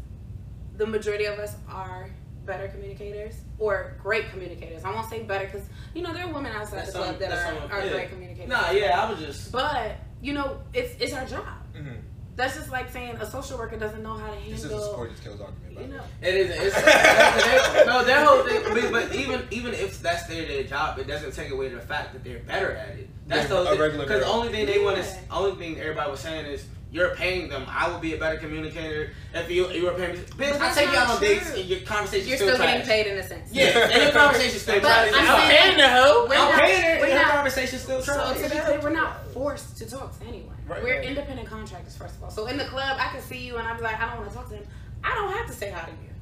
[SPEAKER 4] the majority of us are better communicators or great communicators i won't say better because you know there are women outside
[SPEAKER 2] That's
[SPEAKER 4] the club
[SPEAKER 2] some-
[SPEAKER 4] that
[SPEAKER 2] that's
[SPEAKER 4] are,
[SPEAKER 2] some-
[SPEAKER 4] are
[SPEAKER 2] yeah.
[SPEAKER 4] great communicators
[SPEAKER 2] Nah, yeah, I was just.
[SPEAKER 4] but you know it's it's our job
[SPEAKER 3] Mhm.
[SPEAKER 4] that's just like saying a social worker doesn't know how to
[SPEAKER 3] This is a
[SPEAKER 4] handle
[SPEAKER 3] support this kills argument. by
[SPEAKER 4] you
[SPEAKER 3] the way.
[SPEAKER 4] know
[SPEAKER 2] It isn't. It's, that's- no, that whole thing. But, but even even if that's their, their job, it doesn't take away the fact that they're better at it. That's
[SPEAKER 3] They're
[SPEAKER 2] the
[SPEAKER 3] a regular
[SPEAKER 2] because the
[SPEAKER 3] girl.
[SPEAKER 2] only thing they want is
[SPEAKER 4] Yeah.
[SPEAKER 2] only thing everybody was saying is you're paying them. I will be a better communicator if you you were paying. me. Bitch, I
[SPEAKER 4] that's
[SPEAKER 2] take you out
[SPEAKER 4] not
[SPEAKER 2] on dates
[SPEAKER 4] true.
[SPEAKER 2] and your conversation
[SPEAKER 4] you're still getting
[SPEAKER 2] trash.
[SPEAKER 4] paid in a sense
[SPEAKER 2] Yeah, and your conversation still
[SPEAKER 4] But
[SPEAKER 2] trash.
[SPEAKER 4] I'm
[SPEAKER 2] I'm
[SPEAKER 4] saying-
[SPEAKER 2] paying-
[SPEAKER 1] And the hoe.
[SPEAKER 4] We're
[SPEAKER 2] I'm
[SPEAKER 4] not-
[SPEAKER 2] paying her.
[SPEAKER 4] we're
[SPEAKER 2] and Your
[SPEAKER 4] not-
[SPEAKER 2] conversation still
[SPEAKER 4] So
[SPEAKER 2] trash.
[SPEAKER 4] to be clear, we're not forced to talk to anyone.
[SPEAKER 3] Right,
[SPEAKER 4] we're
[SPEAKER 3] right.
[SPEAKER 4] independent contractors, first of all. So in the club, I can see you and I'm like, I don't want to talk to him. I don't have to say hi to you,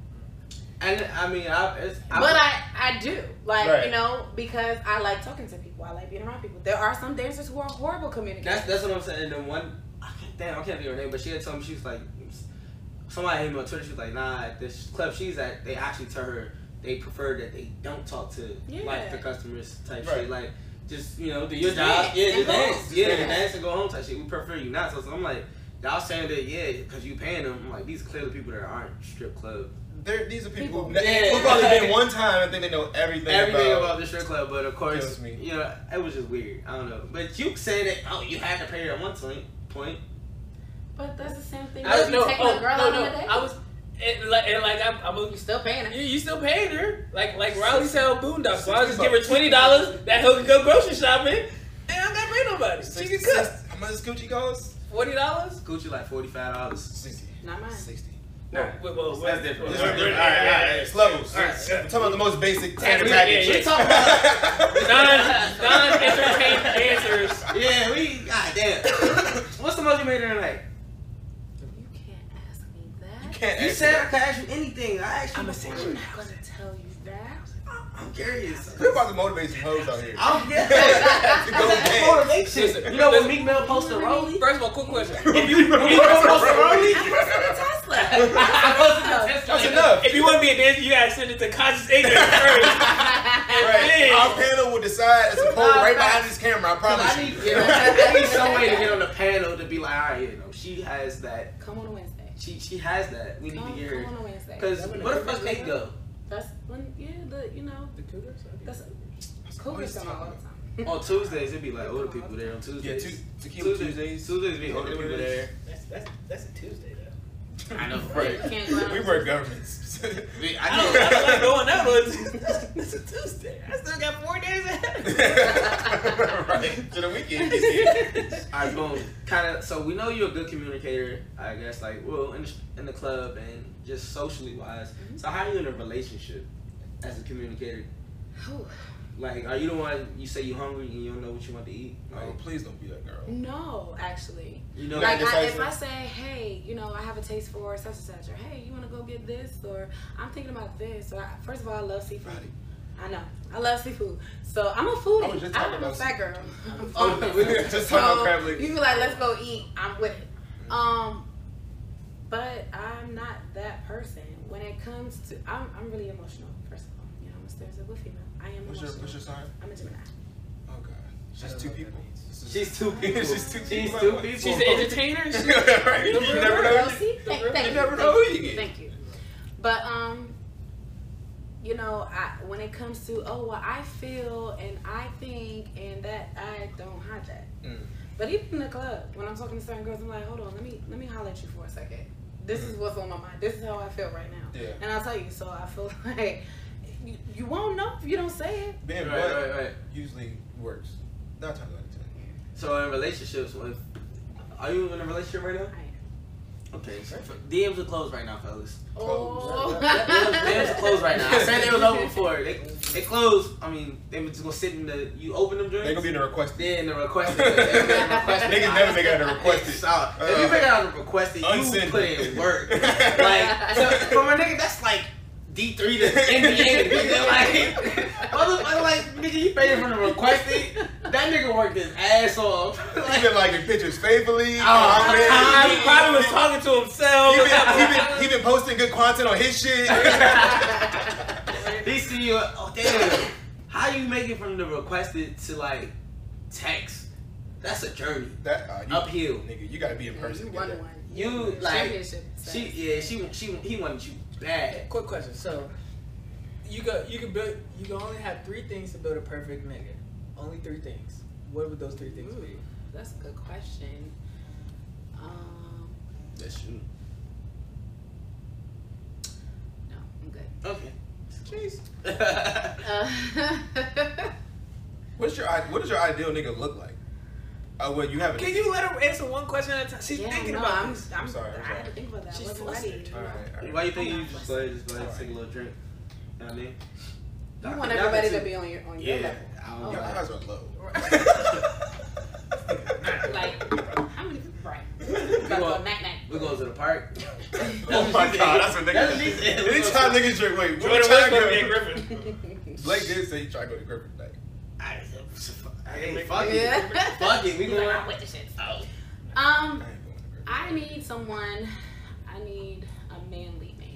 [SPEAKER 2] And I mean, I, it's, I,
[SPEAKER 4] but I I do like
[SPEAKER 3] Right.
[SPEAKER 4] you know because I like talking to people. I like being around people. There are some dancers who are horrible communicators.
[SPEAKER 2] That's that's what I'm saying. And then one, I can't, damn, I can't think of her name, but she had told me she was like, somebody hit me on Twitter. She was like, nah, at this club she's at, they actually tell her they prefer that they don't talk to like
[SPEAKER 4] Yeah.
[SPEAKER 2] the customers type
[SPEAKER 3] Right.
[SPEAKER 2] shit, like. Just you know, do your
[SPEAKER 4] Just
[SPEAKER 2] job,
[SPEAKER 4] dance
[SPEAKER 2] yeah,
[SPEAKER 4] and
[SPEAKER 2] just
[SPEAKER 4] go.
[SPEAKER 2] dance, yeah, just
[SPEAKER 4] Yeah.
[SPEAKER 2] dance and go home type shit. We prefer you not. So, so I'm like, y'all saying that, yeah, because you paying them. I'm like, these clearly people that aren't strip club,
[SPEAKER 3] They're- These are people who
[SPEAKER 4] People.
[SPEAKER 2] Yeah.
[SPEAKER 3] who probably been one time and think they know everything,
[SPEAKER 2] everything
[SPEAKER 3] about.
[SPEAKER 2] about the strip club. But of course,
[SPEAKER 3] Kills me.
[SPEAKER 2] you know, it was just weird. I don't know. But you saying that, oh, you had to pay her at one point, point.
[SPEAKER 4] but that's the same thing.
[SPEAKER 1] I
[SPEAKER 4] as
[SPEAKER 1] was
[SPEAKER 4] you
[SPEAKER 1] no,
[SPEAKER 4] taking
[SPEAKER 1] oh,
[SPEAKER 4] a girl
[SPEAKER 1] no,
[SPEAKER 4] out
[SPEAKER 1] no.
[SPEAKER 4] on a date.
[SPEAKER 1] I was, and like, and like I, I was
[SPEAKER 4] you still paying her.
[SPEAKER 1] You, you still paying her. Like like Riley said on Boondocks. So I just give her
[SPEAKER 3] $60.
[SPEAKER 1] twenty dollars that hoe can go grocery shopping and I don't gotta pay nobody. She can cook.
[SPEAKER 3] How much is Gucci goes?
[SPEAKER 1] Forty dollars?
[SPEAKER 2] Gucci like forty five dollars.
[SPEAKER 3] Sixty.
[SPEAKER 4] Not mine.
[SPEAKER 3] Sixty.
[SPEAKER 2] Nah.
[SPEAKER 1] Wait, whoa, whoa,
[SPEAKER 2] That's different.
[SPEAKER 1] whoa,
[SPEAKER 3] It's
[SPEAKER 2] All
[SPEAKER 1] whoa,
[SPEAKER 2] right,
[SPEAKER 3] different.
[SPEAKER 1] whoa.
[SPEAKER 3] All right, all right, it's levels.
[SPEAKER 2] All right,
[SPEAKER 3] We're talking about the most basic
[SPEAKER 1] Yeah,
[SPEAKER 3] tender
[SPEAKER 1] we-
[SPEAKER 3] package.
[SPEAKER 1] yeah, yeah.
[SPEAKER 2] We talking about-
[SPEAKER 1] Non non entertained answers.
[SPEAKER 2] Yeah, we goddamn. What's the most you made in a night?
[SPEAKER 4] You can't ask me that.
[SPEAKER 3] Can't
[SPEAKER 2] You
[SPEAKER 3] answer
[SPEAKER 2] said I
[SPEAKER 3] that.
[SPEAKER 2] could ask you anything. I asked you.
[SPEAKER 1] I'ma
[SPEAKER 2] before.
[SPEAKER 1] send you
[SPEAKER 4] I'm not gonna tell you that.
[SPEAKER 2] I'm curious.
[SPEAKER 3] We're about to motivate some hoes out here.
[SPEAKER 2] I don't get that.
[SPEAKER 3] To
[SPEAKER 2] That's
[SPEAKER 3] go
[SPEAKER 2] like
[SPEAKER 3] dance.
[SPEAKER 2] motivation.
[SPEAKER 1] Listen,
[SPEAKER 2] you know when
[SPEAKER 1] listen.
[SPEAKER 2] Meek Mill posted Rolly?
[SPEAKER 1] First of all, quick question.
[SPEAKER 2] If you posted Rolly?
[SPEAKER 4] I posted a Tesla.
[SPEAKER 2] I posted
[SPEAKER 3] That's enough.
[SPEAKER 1] If you want to be a dancer, you gotta send it to Conscious Ignorance first.
[SPEAKER 3] Right.
[SPEAKER 1] Yeah.
[SPEAKER 3] Our panel will decide. It's a poll
[SPEAKER 2] Nah,
[SPEAKER 3] right
[SPEAKER 2] nah.
[SPEAKER 3] behind this camera. I promise
[SPEAKER 2] I need,
[SPEAKER 3] you.
[SPEAKER 2] yeah, I need some way to get on the panel to be like, all right, you know, she has that.
[SPEAKER 4] Come on a Wednesday.
[SPEAKER 2] She she has that. We need to
[SPEAKER 4] Come,
[SPEAKER 2] get
[SPEAKER 4] Oh, come
[SPEAKER 2] her.
[SPEAKER 4] on a Wednesday.
[SPEAKER 2] Cause where the fuck Nate go?
[SPEAKER 4] That's when, yeah, the, you know, that's Cougars come out all the time.
[SPEAKER 2] On Tuesdays, it'd be like older people there on Tuesdays.
[SPEAKER 3] Yeah, two, tequila Tuesdays.
[SPEAKER 2] Tuesdays be older people there.
[SPEAKER 1] That's that's that's a Tuesday though.
[SPEAKER 2] I know.
[SPEAKER 3] Right.
[SPEAKER 4] You can't go out.
[SPEAKER 3] We work governments.
[SPEAKER 2] We-
[SPEAKER 1] I
[SPEAKER 2] I
[SPEAKER 1] don't, I don't like
[SPEAKER 2] know.
[SPEAKER 1] going out on Tuesday. That's a Tuesday. I still got four days ahead.
[SPEAKER 3] right. To the weekend. Gets here.
[SPEAKER 2] All right, boom. Kind of. So we know you're a good communicator, I guess. Like, well, in the, in the club and
[SPEAKER 1] Mm-hmm.
[SPEAKER 2] just socially wise. So how are you in a relationship as a communicator?
[SPEAKER 4] Whew.
[SPEAKER 2] Like, are you the one you say you hungry and you don't know what you want to eat? Like,
[SPEAKER 3] Oh, please don't be that girl.
[SPEAKER 4] No, actually.
[SPEAKER 2] you know,
[SPEAKER 4] Like, I, if
[SPEAKER 3] indecisive.
[SPEAKER 4] I say, hey, you know, I have a taste for such and such, or hey, you want to go get this, or I'm thinking about this. Or I, first of all, I love seafood.
[SPEAKER 3] Right.
[SPEAKER 4] I know. I love seafood. So I'm a
[SPEAKER 3] I was
[SPEAKER 4] foodie.
[SPEAKER 3] just
[SPEAKER 4] I'm
[SPEAKER 3] talking
[SPEAKER 4] a
[SPEAKER 3] about
[SPEAKER 4] fat girl. I'm
[SPEAKER 3] Oh, we were just talking about crab
[SPEAKER 4] so
[SPEAKER 3] legs.
[SPEAKER 4] you be like, let's go eat. I'm with it. Um, but I'm not that person. When it comes to, I'm, I'm really emotional. First of all, you know, I'm a stereotypical female. I am
[SPEAKER 3] What's your
[SPEAKER 4] emotional.
[SPEAKER 3] What's your sign?
[SPEAKER 4] I'm a Gemini.
[SPEAKER 3] Oh God, she's
[SPEAKER 1] don't
[SPEAKER 3] two
[SPEAKER 1] know what
[SPEAKER 3] people.
[SPEAKER 1] that means.
[SPEAKER 3] This is-
[SPEAKER 2] she's two people.
[SPEAKER 3] She's two
[SPEAKER 2] She's
[SPEAKER 3] people.
[SPEAKER 2] two people.
[SPEAKER 1] She's an entertainer. She's
[SPEAKER 3] right?
[SPEAKER 1] The
[SPEAKER 3] You
[SPEAKER 1] real
[SPEAKER 3] never
[SPEAKER 1] girl.
[SPEAKER 3] know.
[SPEAKER 4] Well, see, thank,
[SPEAKER 1] real-
[SPEAKER 4] thank
[SPEAKER 3] you never
[SPEAKER 4] thank
[SPEAKER 3] know who you get.
[SPEAKER 4] Thank you. But um, you know, I when it comes to oh well, I feel and I think and that I don't hijack.
[SPEAKER 3] Mm.
[SPEAKER 4] But even in the club, when I'm talking to certain girls, I'm like, hold on, let me let me holler at you for a second. This is what's on my mind. This is how I feel right now.
[SPEAKER 3] Yeah.
[SPEAKER 4] And I'll tell you. So I feel like you, you won't know if you don't say it.
[SPEAKER 3] Being
[SPEAKER 2] Right,
[SPEAKER 3] blunt
[SPEAKER 2] right, right.
[SPEAKER 3] usually works. Not times out of ten.
[SPEAKER 2] So in relationships, with are you in a relationship right now?
[SPEAKER 4] I am.
[SPEAKER 2] Okay, so DMs are closed right now, fellas.
[SPEAKER 3] Oh,
[SPEAKER 2] DMs are closed right now. I said they was open before. They they closed. I mean, they were just gonna sit in the. You open them
[SPEAKER 3] They
[SPEAKER 2] drinks.
[SPEAKER 3] gonna be in the request.
[SPEAKER 2] They in the request. they in the request.
[SPEAKER 3] Niggas never make out a request.
[SPEAKER 2] Solid. if you
[SPEAKER 3] Uh,
[SPEAKER 2] figure out a request, you put in work. like so from a nigga, that's like D three to NBA. nigga, like, motherfucker, like nigga, you paid from the requested. That nigga worked his ass off.
[SPEAKER 3] He
[SPEAKER 2] like,
[SPEAKER 3] been liking pictures faithfully.
[SPEAKER 2] oh,
[SPEAKER 3] I'm ready.
[SPEAKER 2] he probably was talking to himself.
[SPEAKER 3] He been, he, been, he been posting good content on his shit.
[SPEAKER 2] They see you. Oh damn! How you make it from the requested to like text? That's a journey
[SPEAKER 3] that, uh, you,
[SPEAKER 2] uphill.
[SPEAKER 3] nigga, you gotta be in person.
[SPEAKER 4] You
[SPEAKER 3] to get
[SPEAKER 4] won
[SPEAKER 3] that.
[SPEAKER 4] one.
[SPEAKER 2] You, like,
[SPEAKER 4] championship.
[SPEAKER 2] She yeah she she he wanted you bad.
[SPEAKER 1] Quick question. So, you go you can build you can only have three things to build a perfect nigga. Only three things. What would those three things be?
[SPEAKER 4] That's a good question. Um,
[SPEAKER 2] That's you.
[SPEAKER 4] no, I'm good.
[SPEAKER 2] Okay.
[SPEAKER 1] Jeez.
[SPEAKER 4] Uh,
[SPEAKER 3] What's your i- what does your ideal nigga look like? Uh, well, you haven't.
[SPEAKER 1] Can you let her answer one question at a time? She's
[SPEAKER 4] yeah,
[SPEAKER 1] thinking
[SPEAKER 4] no,
[SPEAKER 1] about
[SPEAKER 4] I'm,
[SPEAKER 1] this.
[SPEAKER 4] I'm,
[SPEAKER 3] sorry, I'm
[SPEAKER 4] I had to think about that.
[SPEAKER 1] She's
[SPEAKER 4] I wasn't ready.
[SPEAKER 1] flustered.
[SPEAKER 3] All right, all right.
[SPEAKER 2] Why you think you just go ahead, just go ahead and take a little drink? You know what I mean?
[SPEAKER 4] You want everybody to be on your on your
[SPEAKER 2] Yeah.
[SPEAKER 4] level.
[SPEAKER 2] I
[SPEAKER 4] Oh.
[SPEAKER 2] don't
[SPEAKER 3] Your
[SPEAKER 2] know.
[SPEAKER 3] eyes are low.
[SPEAKER 4] Like, I'm gonna right.
[SPEAKER 2] We
[SPEAKER 4] About to go
[SPEAKER 2] going,
[SPEAKER 4] night night.
[SPEAKER 2] we going to the park.
[SPEAKER 3] oh my god, that's what
[SPEAKER 2] That's
[SPEAKER 3] niggas.
[SPEAKER 2] what he said.
[SPEAKER 3] Anytime niggas drink, wait, Jordan
[SPEAKER 5] West
[SPEAKER 3] trying
[SPEAKER 5] gonna be
[SPEAKER 3] to
[SPEAKER 5] at
[SPEAKER 3] go.
[SPEAKER 5] Griffin.
[SPEAKER 3] Blake did say he tried to go to Griffin night.
[SPEAKER 2] I, hey, fuck it.
[SPEAKER 4] yeah.
[SPEAKER 2] Fuck it. We
[SPEAKER 4] He's like,
[SPEAKER 2] going.
[SPEAKER 4] I'm with the shit. Um,
[SPEAKER 3] I ain't going to Griffin.
[SPEAKER 4] I need someone. I need a manly man.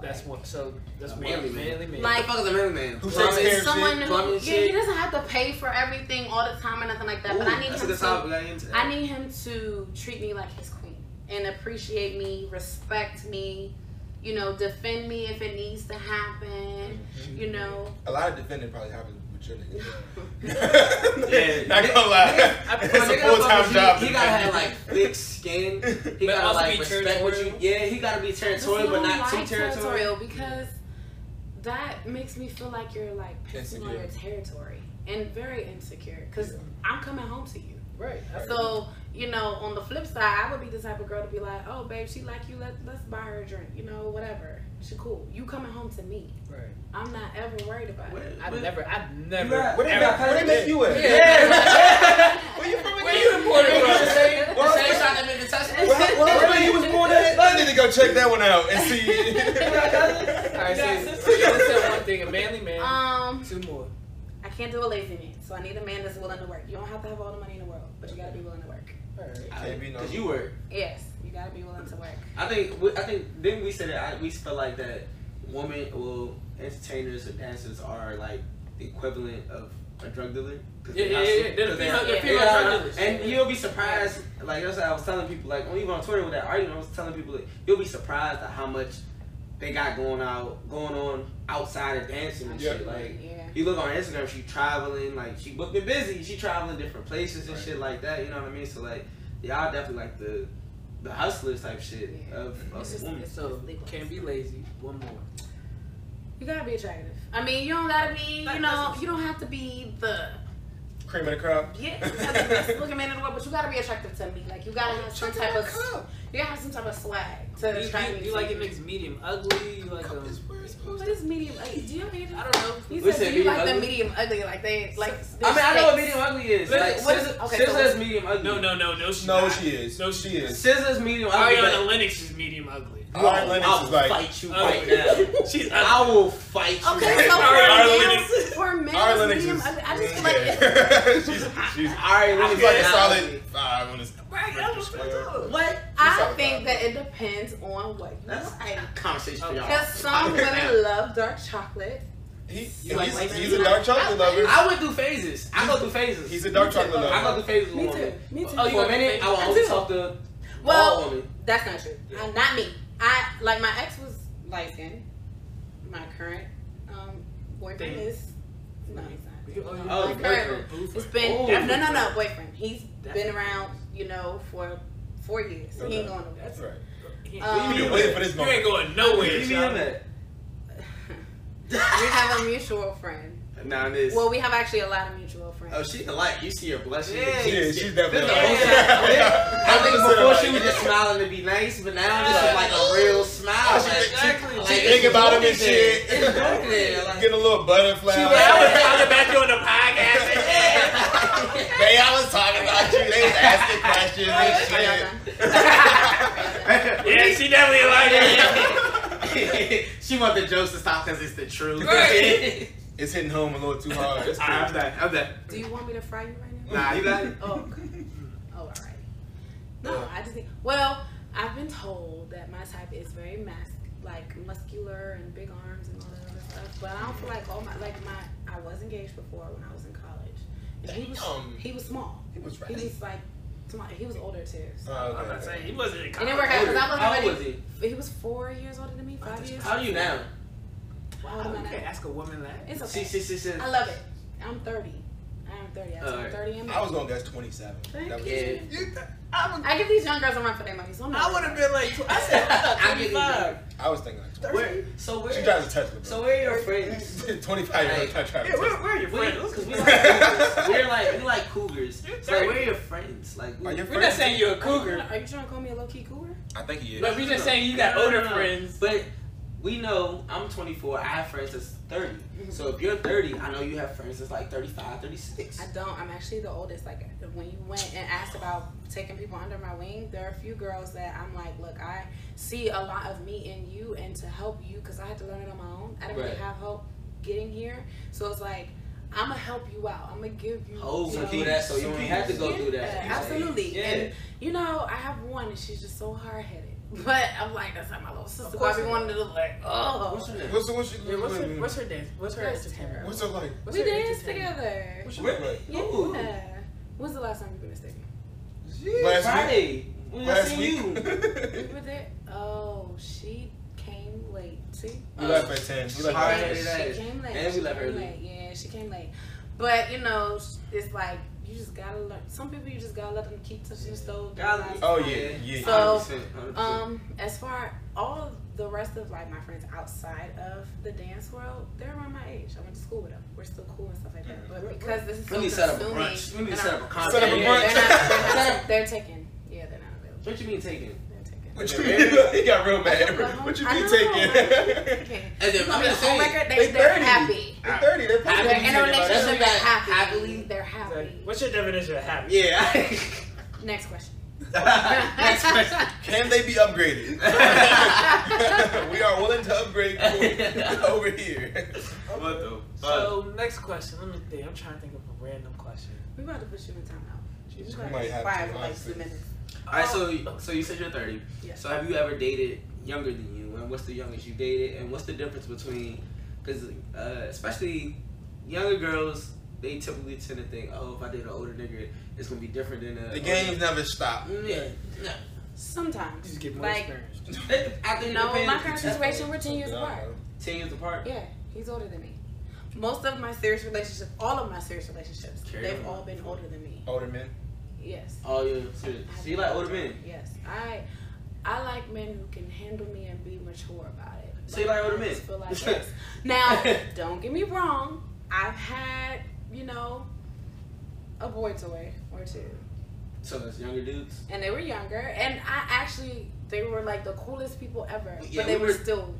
[SPEAKER 1] That's one. So that's
[SPEAKER 2] A
[SPEAKER 1] one.
[SPEAKER 2] manly
[SPEAKER 1] Manly
[SPEAKER 2] man.
[SPEAKER 1] man.
[SPEAKER 2] What
[SPEAKER 4] Like-
[SPEAKER 2] the fuck is a middle man?
[SPEAKER 3] Who
[SPEAKER 2] Plumbing.
[SPEAKER 3] takes care of
[SPEAKER 4] Someone
[SPEAKER 2] shit,
[SPEAKER 4] who,
[SPEAKER 2] plumbing
[SPEAKER 4] yeah,
[SPEAKER 2] shit.
[SPEAKER 4] he doesn't have to pay for everything all the time or nothing like that. but
[SPEAKER 2] Ooh,
[SPEAKER 4] I need
[SPEAKER 2] that's a
[SPEAKER 4] him
[SPEAKER 2] good
[SPEAKER 4] to.
[SPEAKER 2] topic. I ain't into that.
[SPEAKER 4] I need him to treat me like his queen and appreciate me, respect me, you know, defend me if it needs to happen, you know.
[SPEAKER 3] A lot of defending probably happens with your niggas.
[SPEAKER 2] Yeah.
[SPEAKER 3] not gonna lie.
[SPEAKER 1] I- my
[SPEAKER 3] It's
[SPEAKER 2] My nigga
[SPEAKER 3] a full
[SPEAKER 2] fuck with
[SPEAKER 3] time
[SPEAKER 2] you,
[SPEAKER 3] job.
[SPEAKER 2] He gotta have like thick skin. He
[SPEAKER 1] But
[SPEAKER 2] gotta
[SPEAKER 1] also
[SPEAKER 2] like
[SPEAKER 1] be
[SPEAKER 2] respect what you.
[SPEAKER 1] territorial.
[SPEAKER 2] Yeah, he gotta be territorial, but
[SPEAKER 4] Just
[SPEAKER 2] not too
[SPEAKER 4] like
[SPEAKER 2] territorial.
[SPEAKER 4] because that makes me feel like you're like pissing on
[SPEAKER 3] Insecure.
[SPEAKER 4] your territory and very insecure because
[SPEAKER 3] Yeah.
[SPEAKER 4] I'm coming home to you.
[SPEAKER 1] right.
[SPEAKER 4] So you know, on the flip side, I would be the type of girl to be like, "Oh, babe, she like you. Let let's buy her a drink. You know, whatever. She cool. You coming home to me?
[SPEAKER 1] Right.
[SPEAKER 4] I'm not ever worried about it.
[SPEAKER 1] I've
[SPEAKER 2] What-
[SPEAKER 1] never. I've never.
[SPEAKER 2] got-
[SPEAKER 3] Where they
[SPEAKER 1] ever-
[SPEAKER 3] make- where they make you at?
[SPEAKER 2] Yeah.
[SPEAKER 3] Where you from again?
[SPEAKER 1] Where you imported from? The same-
[SPEAKER 3] Well,
[SPEAKER 1] the same
[SPEAKER 3] where-
[SPEAKER 1] shot that made the touch.
[SPEAKER 3] Well, where you was born at? I need to go check that one out and see.
[SPEAKER 1] All right,
[SPEAKER 2] Yeah,
[SPEAKER 1] so,
[SPEAKER 2] sister.
[SPEAKER 1] so you just said one thing: a manly man,
[SPEAKER 4] Um,
[SPEAKER 1] two more.
[SPEAKER 4] I can't do a lazy man, so I need a man that's willing to work. You don't have to have all the money in the world, but you gotta be willing to work.
[SPEAKER 3] Can't be no-
[SPEAKER 2] Cause you were.
[SPEAKER 4] Yes, you gotta be willing to work.
[SPEAKER 2] I think. we- I think. Didn't we say that? I, we felt like that. Women, well, entertainers or dancers are like the equivalent of a drug dealer. 'Cause
[SPEAKER 1] Yeah,
[SPEAKER 2] they
[SPEAKER 1] yeah,
[SPEAKER 2] not
[SPEAKER 1] yeah.
[SPEAKER 2] super-
[SPEAKER 1] They're the
[SPEAKER 2] 'cause they-
[SPEAKER 1] female, they're
[SPEAKER 4] Yeah.
[SPEAKER 1] female
[SPEAKER 2] Yeah,
[SPEAKER 1] drug dealers.
[SPEAKER 2] And you'll be surprised, like that's what I was telling people, like even on Twitter with that argument, I was telling people that you'll be surprised at how much they got going out, going on outside of dancing and shit.
[SPEAKER 3] Yeah.
[SPEAKER 2] Like
[SPEAKER 4] Yeah.
[SPEAKER 2] you look on Instagram, she traveling, like she booking busy, she traveling different places and
[SPEAKER 3] Right.
[SPEAKER 2] shit like that. You know what I mean? So like, y'all definitely like the the hustlers type shit
[SPEAKER 4] Yeah.
[SPEAKER 2] of,
[SPEAKER 4] It's
[SPEAKER 2] of
[SPEAKER 4] just-
[SPEAKER 2] women.
[SPEAKER 1] So can't be lazy. One more.
[SPEAKER 4] You gotta be attractive. I mean, you don't gotta be, you
[SPEAKER 1] That-
[SPEAKER 4] know,
[SPEAKER 1] that's-
[SPEAKER 4] you don't have to be the
[SPEAKER 3] Cream of the crop.
[SPEAKER 4] yeah, you gotta be the best looking man in the world, but you gotta be attractive to me. Like you gotta have some type of, You gotta have some type of swag to
[SPEAKER 1] You,
[SPEAKER 4] attract me
[SPEAKER 1] you,
[SPEAKER 4] to
[SPEAKER 1] you like it
[SPEAKER 4] you.
[SPEAKER 1] mixed medium ugly. You like um,
[SPEAKER 4] What is medium ugly? Do you know medium?
[SPEAKER 1] I don't know.
[SPEAKER 4] You
[SPEAKER 2] We
[SPEAKER 4] said,
[SPEAKER 2] said
[SPEAKER 4] do you
[SPEAKER 2] medium
[SPEAKER 4] like the
[SPEAKER 2] ugly?
[SPEAKER 4] medium ugly? Like they like.
[SPEAKER 2] I mean, I know what
[SPEAKER 4] their
[SPEAKER 2] medium ugly is.
[SPEAKER 1] Look,
[SPEAKER 2] Like,
[SPEAKER 4] what is-
[SPEAKER 2] Scissor-
[SPEAKER 4] okay, so
[SPEAKER 2] Scissor
[SPEAKER 4] what-
[SPEAKER 2] is medium ugly.
[SPEAKER 5] No, no, no, no. She's
[SPEAKER 3] No,
[SPEAKER 5] not.
[SPEAKER 3] she is.
[SPEAKER 5] No,
[SPEAKER 3] she is.
[SPEAKER 2] Scissor's medium ugly.
[SPEAKER 5] Ariana
[SPEAKER 2] but-
[SPEAKER 5] Lennox is medium ugly.
[SPEAKER 2] Oh,
[SPEAKER 3] Ariana Lennox
[SPEAKER 2] I will
[SPEAKER 3] is like-
[SPEAKER 2] fight you
[SPEAKER 5] Oh.
[SPEAKER 2] right now.
[SPEAKER 5] She's ugly.
[SPEAKER 2] I will fight you.
[SPEAKER 4] Okay,
[SPEAKER 2] right
[SPEAKER 4] so
[SPEAKER 2] now.
[SPEAKER 5] Ariana
[SPEAKER 4] for males, for
[SPEAKER 3] Ari
[SPEAKER 4] males,
[SPEAKER 3] Lennox
[SPEAKER 4] medium
[SPEAKER 3] is.
[SPEAKER 4] ugly. I just feel like it's
[SPEAKER 3] yeah. she's she's
[SPEAKER 2] Ari Lennox
[SPEAKER 3] she's like a
[SPEAKER 2] is
[SPEAKER 3] solid five on this.
[SPEAKER 1] Right, that was
[SPEAKER 3] Square.
[SPEAKER 1] fucked up.
[SPEAKER 4] What I think that it depends on what you
[SPEAKER 2] That's
[SPEAKER 4] like.
[SPEAKER 2] Conversation for y'all.
[SPEAKER 4] Because some women love dark chocolate.
[SPEAKER 3] He, he's,
[SPEAKER 2] You like white
[SPEAKER 3] he's
[SPEAKER 2] men?
[SPEAKER 3] a dark chocolate lover.
[SPEAKER 2] I would do phases. I go through phases.
[SPEAKER 3] He's a dark chocolate
[SPEAKER 2] I go
[SPEAKER 3] lover.
[SPEAKER 2] through phases with
[SPEAKER 4] Me
[SPEAKER 2] women.
[SPEAKER 4] too. Me too.
[SPEAKER 1] Oh, you
[SPEAKER 2] For a
[SPEAKER 1] go
[SPEAKER 2] minute,
[SPEAKER 1] through
[SPEAKER 2] I will
[SPEAKER 4] phases.
[SPEAKER 2] only
[SPEAKER 4] I do.
[SPEAKER 2] talk to all
[SPEAKER 4] Well,
[SPEAKER 2] women.
[SPEAKER 4] that's not true. Uh, not me. I like my ex was light skinned. My current um, boyfriend
[SPEAKER 1] Damn.
[SPEAKER 4] is no, he's not.
[SPEAKER 2] Oh,
[SPEAKER 4] my
[SPEAKER 2] boyfriend.
[SPEAKER 4] current. It's been
[SPEAKER 2] Oh,
[SPEAKER 4] no, no, no,
[SPEAKER 1] boyfriend.
[SPEAKER 4] boyfriend. He's
[SPEAKER 1] That's-
[SPEAKER 4] been around, you know, for four years. He
[SPEAKER 3] Okay.
[SPEAKER 4] ain't going nowhere.
[SPEAKER 3] That's right.
[SPEAKER 4] Um,
[SPEAKER 3] We've been waiting for this
[SPEAKER 5] You
[SPEAKER 3] moment.
[SPEAKER 5] ain't going nowhere.
[SPEAKER 2] You mean
[SPEAKER 5] child.
[SPEAKER 2] that?
[SPEAKER 4] we have a mutual friend.
[SPEAKER 2] Nah, this.
[SPEAKER 4] Well, we have actually a lot of mutual friends.
[SPEAKER 2] oh, she like you see her blushing.
[SPEAKER 1] Yeah,
[SPEAKER 3] Yeah, she's definitely.
[SPEAKER 2] This
[SPEAKER 3] a
[SPEAKER 2] is
[SPEAKER 3] liar.
[SPEAKER 2] the whole
[SPEAKER 3] Yeah.
[SPEAKER 2] I think before she was
[SPEAKER 3] Like,
[SPEAKER 2] just smiling to be nice, but now this is like a real smile. Like,
[SPEAKER 3] She think-
[SPEAKER 1] Exactly.
[SPEAKER 3] she
[SPEAKER 2] like,
[SPEAKER 3] think
[SPEAKER 2] it's
[SPEAKER 3] about him and
[SPEAKER 2] broken
[SPEAKER 3] shit.
[SPEAKER 2] there. It's broken there, like-
[SPEAKER 3] Get a little butterfly.
[SPEAKER 2] She
[SPEAKER 5] But I was talking about you on the podcast. and shit.
[SPEAKER 3] They always talking about you. They was asking questions and
[SPEAKER 4] Sorry,
[SPEAKER 3] shit.
[SPEAKER 4] Ariana.
[SPEAKER 5] Yeah, she definitely like it.
[SPEAKER 2] she wanted jokes to stop because it's the truth.
[SPEAKER 5] Right.
[SPEAKER 3] It's hitting home a little too hard. Oh, That's
[SPEAKER 2] Alright, I'm
[SPEAKER 3] cool.
[SPEAKER 2] done. I'm done.
[SPEAKER 4] Do you want me to fry you right now?
[SPEAKER 2] Nah, you got it.
[SPEAKER 4] Oh, okay. oh, all right. No, I just think. Well, I've been told that my type is very mas- like muscular and big arms and all that other stuff. But I don't feel like all my like my I was engaged before when I was in college, and he was
[SPEAKER 3] Damn.
[SPEAKER 4] he was small.
[SPEAKER 3] He was
[SPEAKER 4] He
[SPEAKER 3] ready.
[SPEAKER 4] was like small. He was older too. So.
[SPEAKER 3] Oh,
[SPEAKER 5] I'm not
[SPEAKER 3] okay.
[SPEAKER 5] saying he wasn't in
[SPEAKER 4] It didn't work out because I wasn't
[SPEAKER 2] How old
[SPEAKER 4] ready.
[SPEAKER 2] was he?
[SPEAKER 4] But he was four years older than me, five years.
[SPEAKER 2] How are you now?
[SPEAKER 4] Wow,
[SPEAKER 1] Oh,
[SPEAKER 4] am
[SPEAKER 1] you
[SPEAKER 4] I
[SPEAKER 1] can
[SPEAKER 4] now?
[SPEAKER 1] ask a woman that.
[SPEAKER 4] It's
[SPEAKER 2] She,
[SPEAKER 4] okay.
[SPEAKER 2] she, she, she.
[SPEAKER 4] I love it. I'm 30. I am 30. I
[SPEAKER 2] All
[SPEAKER 4] turned
[SPEAKER 2] right.
[SPEAKER 4] 30 in May.
[SPEAKER 3] I was gonna guess 27.
[SPEAKER 4] Thank
[SPEAKER 3] That was-
[SPEAKER 2] Yeah.
[SPEAKER 1] You th- I would.
[SPEAKER 4] I give these young girls a run for their money, so I'm not.
[SPEAKER 1] I would have been like. tw- I said I'm not
[SPEAKER 2] I get it.
[SPEAKER 1] 25.
[SPEAKER 3] I was thinking like 20.
[SPEAKER 2] Where? So
[SPEAKER 3] She
[SPEAKER 2] where?
[SPEAKER 3] tries to touch me.
[SPEAKER 2] So where are your friends?
[SPEAKER 3] 25 year old trying to
[SPEAKER 1] Yeah, where,
[SPEAKER 3] touch
[SPEAKER 1] where are your
[SPEAKER 2] We,
[SPEAKER 1] friends?
[SPEAKER 2] cause we like cougars. We're like we like cougars.
[SPEAKER 1] You're
[SPEAKER 2] So where are
[SPEAKER 1] thirty.
[SPEAKER 2] your friends? Like
[SPEAKER 3] me. Are your
[SPEAKER 1] We're not
[SPEAKER 3] friends?
[SPEAKER 1] saying you're a cougar,
[SPEAKER 4] Are you trying to call me a low key cougar?
[SPEAKER 3] I think he
[SPEAKER 1] but
[SPEAKER 3] is.
[SPEAKER 1] we're just saying you got
[SPEAKER 2] No, no,
[SPEAKER 1] older
[SPEAKER 2] no.
[SPEAKER 1] friends.
[SPEAKER 2] But we know I'm 24. I have friends that's 30. So if you're 30, I know you have friends that's like 35, 36.
[SPEAKER 4] I don't. I'm actually the oldest. Like when you went and asked about taking people under my wing, there are a few girls that I'm like, look, I see a lot of me in you, and to help you, because I had to learn it on my own. I didn't
[SPEAKER 2] Right.
[SPEAKER 4] really have help getting here, so it's like I'm gonna help you out. I'm gonna give you.
[SPEAKER 2] Oh,
[SPEAKER 4] you
[SPEAKER 2] so
[SPEAKER 4] know,
[SPEAKER 2] do that, so you don't have to go through that.
[SPEAKER 4] Yeah, absolutely.
[SPEAKER 2] Yeah.
[SPEAKER 4] And you know, I have one, and she's just so hard headed. But I'm like, that's not my little sister.
[SPEAKER 1] course
[SPEAKER 4] Bobby
[SPEAKER 1] it
[SPEAKER 4] wanted to look like, oh.
[SPEAKER 2] What's her name?
[SPEAKER 3] What's the what's
[SPEAKER 1] Yeah, what's her,
[SPEAKER 3] your
[SPEAKER 1] what's her dance? What's her
[SPEAKER 4] That's
[SPEAKER 1] entertainment?
[SPEAKER 4] terrible.
[SPEAKER 3] what's her like?
[SPEAKER 1] What's
[SPEAKER 4] We
[SPEAKER 1] her
[SPEAKER 4] danced
[SPEAKER 1] entertainment?
[SPEAKER 4] together.
[SPEAKER 3] What's your like?
[SPEAKER 4] Yeah.
[SPEAKER 2] Ooh.
[SPEAKER 4] When's the last time you've been to Stadium?
[SPEAKER 3] Last
[SPEAKER 2] Friday. When I
[SPEAKER 3] Last
[SPEAKER 2] seen
[SPEAKER 3] week.
[SPEAKER 2] you.
[SPEAKER 4] We were there. Oh, she came late. See?
[SPEAKER 3] we left at 10. We
[SPEAKER 4] She,
[SPEAKER 3] left
[SPEAKER 2] All
[SPEAKER 3] at
[SPEAKER 2] right.
[SPEAKER 3] 10.
[SPEAKER 4] came,
[SPEAKER 2] that is-
[SPEAKER 4] she came late.
[SPEAKER 2] and we
[SPEAKER 4] she
[SPEAKER 2] left
[SPEAKER 4] came
[SPEAKER 2] early.
[SPEAKER 4] late. Yeah, she came late. But you know, it's like you just gotta learn. Some people you just gotta let them keep touching the stove. their
[SPEAKER 2] Gotta- Oh.
[SPEAKER 4] lives.
[SPEAKER 3] Oh, yeah. Yeah.
[SPEAKER 4] So-
[SPEAKER 2] 100%, 100%.
[SPEAKER 4] Um, as far all of the rest of like my friends outside of the dance world, they're around my age. I went to school with them. We're still cool and stuff like that. But because this is so
[SPEAKER 2] we need to set up a
[SPEAKER 4] consuming
[SPEAKER 2] brunch. We need to
[SPEAKER 4] and
[SPEAKER 2] set
[SPEAKER 4] I'm-
[SPEAKER 2] up a conference.
[SPEAKER 3] Set up a
[SPEAKER 4] they're
[SPEAKER 3] brunch.
[SPEAKER 4] not- They're, not, they're taken. Yeah, they're not available.
[SPEAKER 2] What you mean taking?
[SPEAKER 4] They're taken.
[SPEAKER 3] What you mean? He got real mad. What you
[SPEAKER 4] I
[SPEAKER 3] mean
[SPEAKER 4] know,
[SPEAKER 3] taking?
[SPEAKER 4] Okay.
[SPEAKER 2] And then
[SPEAKER 4] You know,
[SPEAKER 2] I'm just saying,
[SPEAKER 4] on record,
[SPEAKER 3] they
[SPEAKER 4] they, they're
[SPEAKER 3] 30.
[SPEAKER 4] happy.
[SPEAKER 3] They're 30.
[SPEAKER 2] Happy
[SPEAKER 3] They're
[SPEAKER 4] They're
[SPEAKER 3] probably
[SPEAKER 4] in
[SPEAKER 2] you
[SPEAKER 4] a
[SPEAKER 2] talking about that.
[SPEAKER 4] relationship. They're happy.
[SPEAKER 2] Happily?
[SPEAKER 4] They're happy.
[SPEAKER 5] What's your definition of happy?
[SPEAKER 2] Yeah.
[SPEAKER 4] Next question.
[SPEAKER 2] Next question.
[SPEAKER 3] Can they be upgraded? we are willing to upgrade people over here.
[SPEAKER 2] What the
[SPEAKER 3] Uh,
[SPEAKER 1] So next question. Let me think. I'm trying to think of a random question.
[SPEAKER 4] We're about to put you in timeout.
[SPEAKER 3] Jesus,
[SPEAKER 4] We're
[SPEAKER 3] we
[SPEAKER 4] about to
[SPEAKER 3] might have
[SPEAKER 4] expire
[SPEAKER 3] to,
[SPEAKER 4] for like two
[SPEAKER 3] honestly.
[SPEAKER 4] minutes.
[SPEAKER 2] All right, so so you said you're 30.
[SPEAKER 4] Yeah.
[SPEAKER 2] So have you ever dated younger than you? And what's the youngest you dated? And what's the difference between, because uh, especially younger girls, they typically tend to think, oh, if I date an older nigga, it's gonna be different than a.
[SPEAKER 3] The games never stop.
[SPEAKER 2] Mm, Yeah. No.
[SPEAKER 4] Sometimes.
[SPEAKER 1] Just get more
[SPEAKER 4] Like-
[SPEAKER 1] experience.
[SPEAKER 2] It- I think
[SPEAKER 4] You know,
[SPEAKER 2] it
[SPEAKER 4] my
[SPEAKER 2] depends.
[SPEAKER 4] current situation, we're 10 years
[SPEAKER 3] Something I
[SPEAKER 4] apart.
[SPEAKER 3] don't know.
[SPEAKER 2] ten years apart.
[SPEAKER 4] Yeah, he's older than me. Most of my serious relationships, all of my serious relationships,
[SPEAKER 2] Carry
[SPEAKER 4] they've
[SPEAKER 2] on.
[SPEAKER 4] all been older than me.
[SPEAKER 3] Older men.
[SPEAKER 4] Yes.
[SPEAKER 2] Oh yeah. Serious. So you like older men?
[SPEAKER 4] Yes. I I like men who can handle me and be mature about it.
[SPEAKER 2] So you like older
[SPEAKER 4] I
[SPEAKER 2] men?
[SPEAKER 4] just feel like that's- now, don't get me wrong. I've had, you know, a boy toy or two.
[SPEAKER 2] So it's younger dudes.
[SPEAKER 4] and they were younger. And I actually, they were like the coolest people ever,
[SPEAKER 2] Yeah,
[SPEAKER 4] but they
[SPEAKER 2] we
[SPEAKER 4] were,
[SPEAKER 2] were-
[SPEAKER 4] still.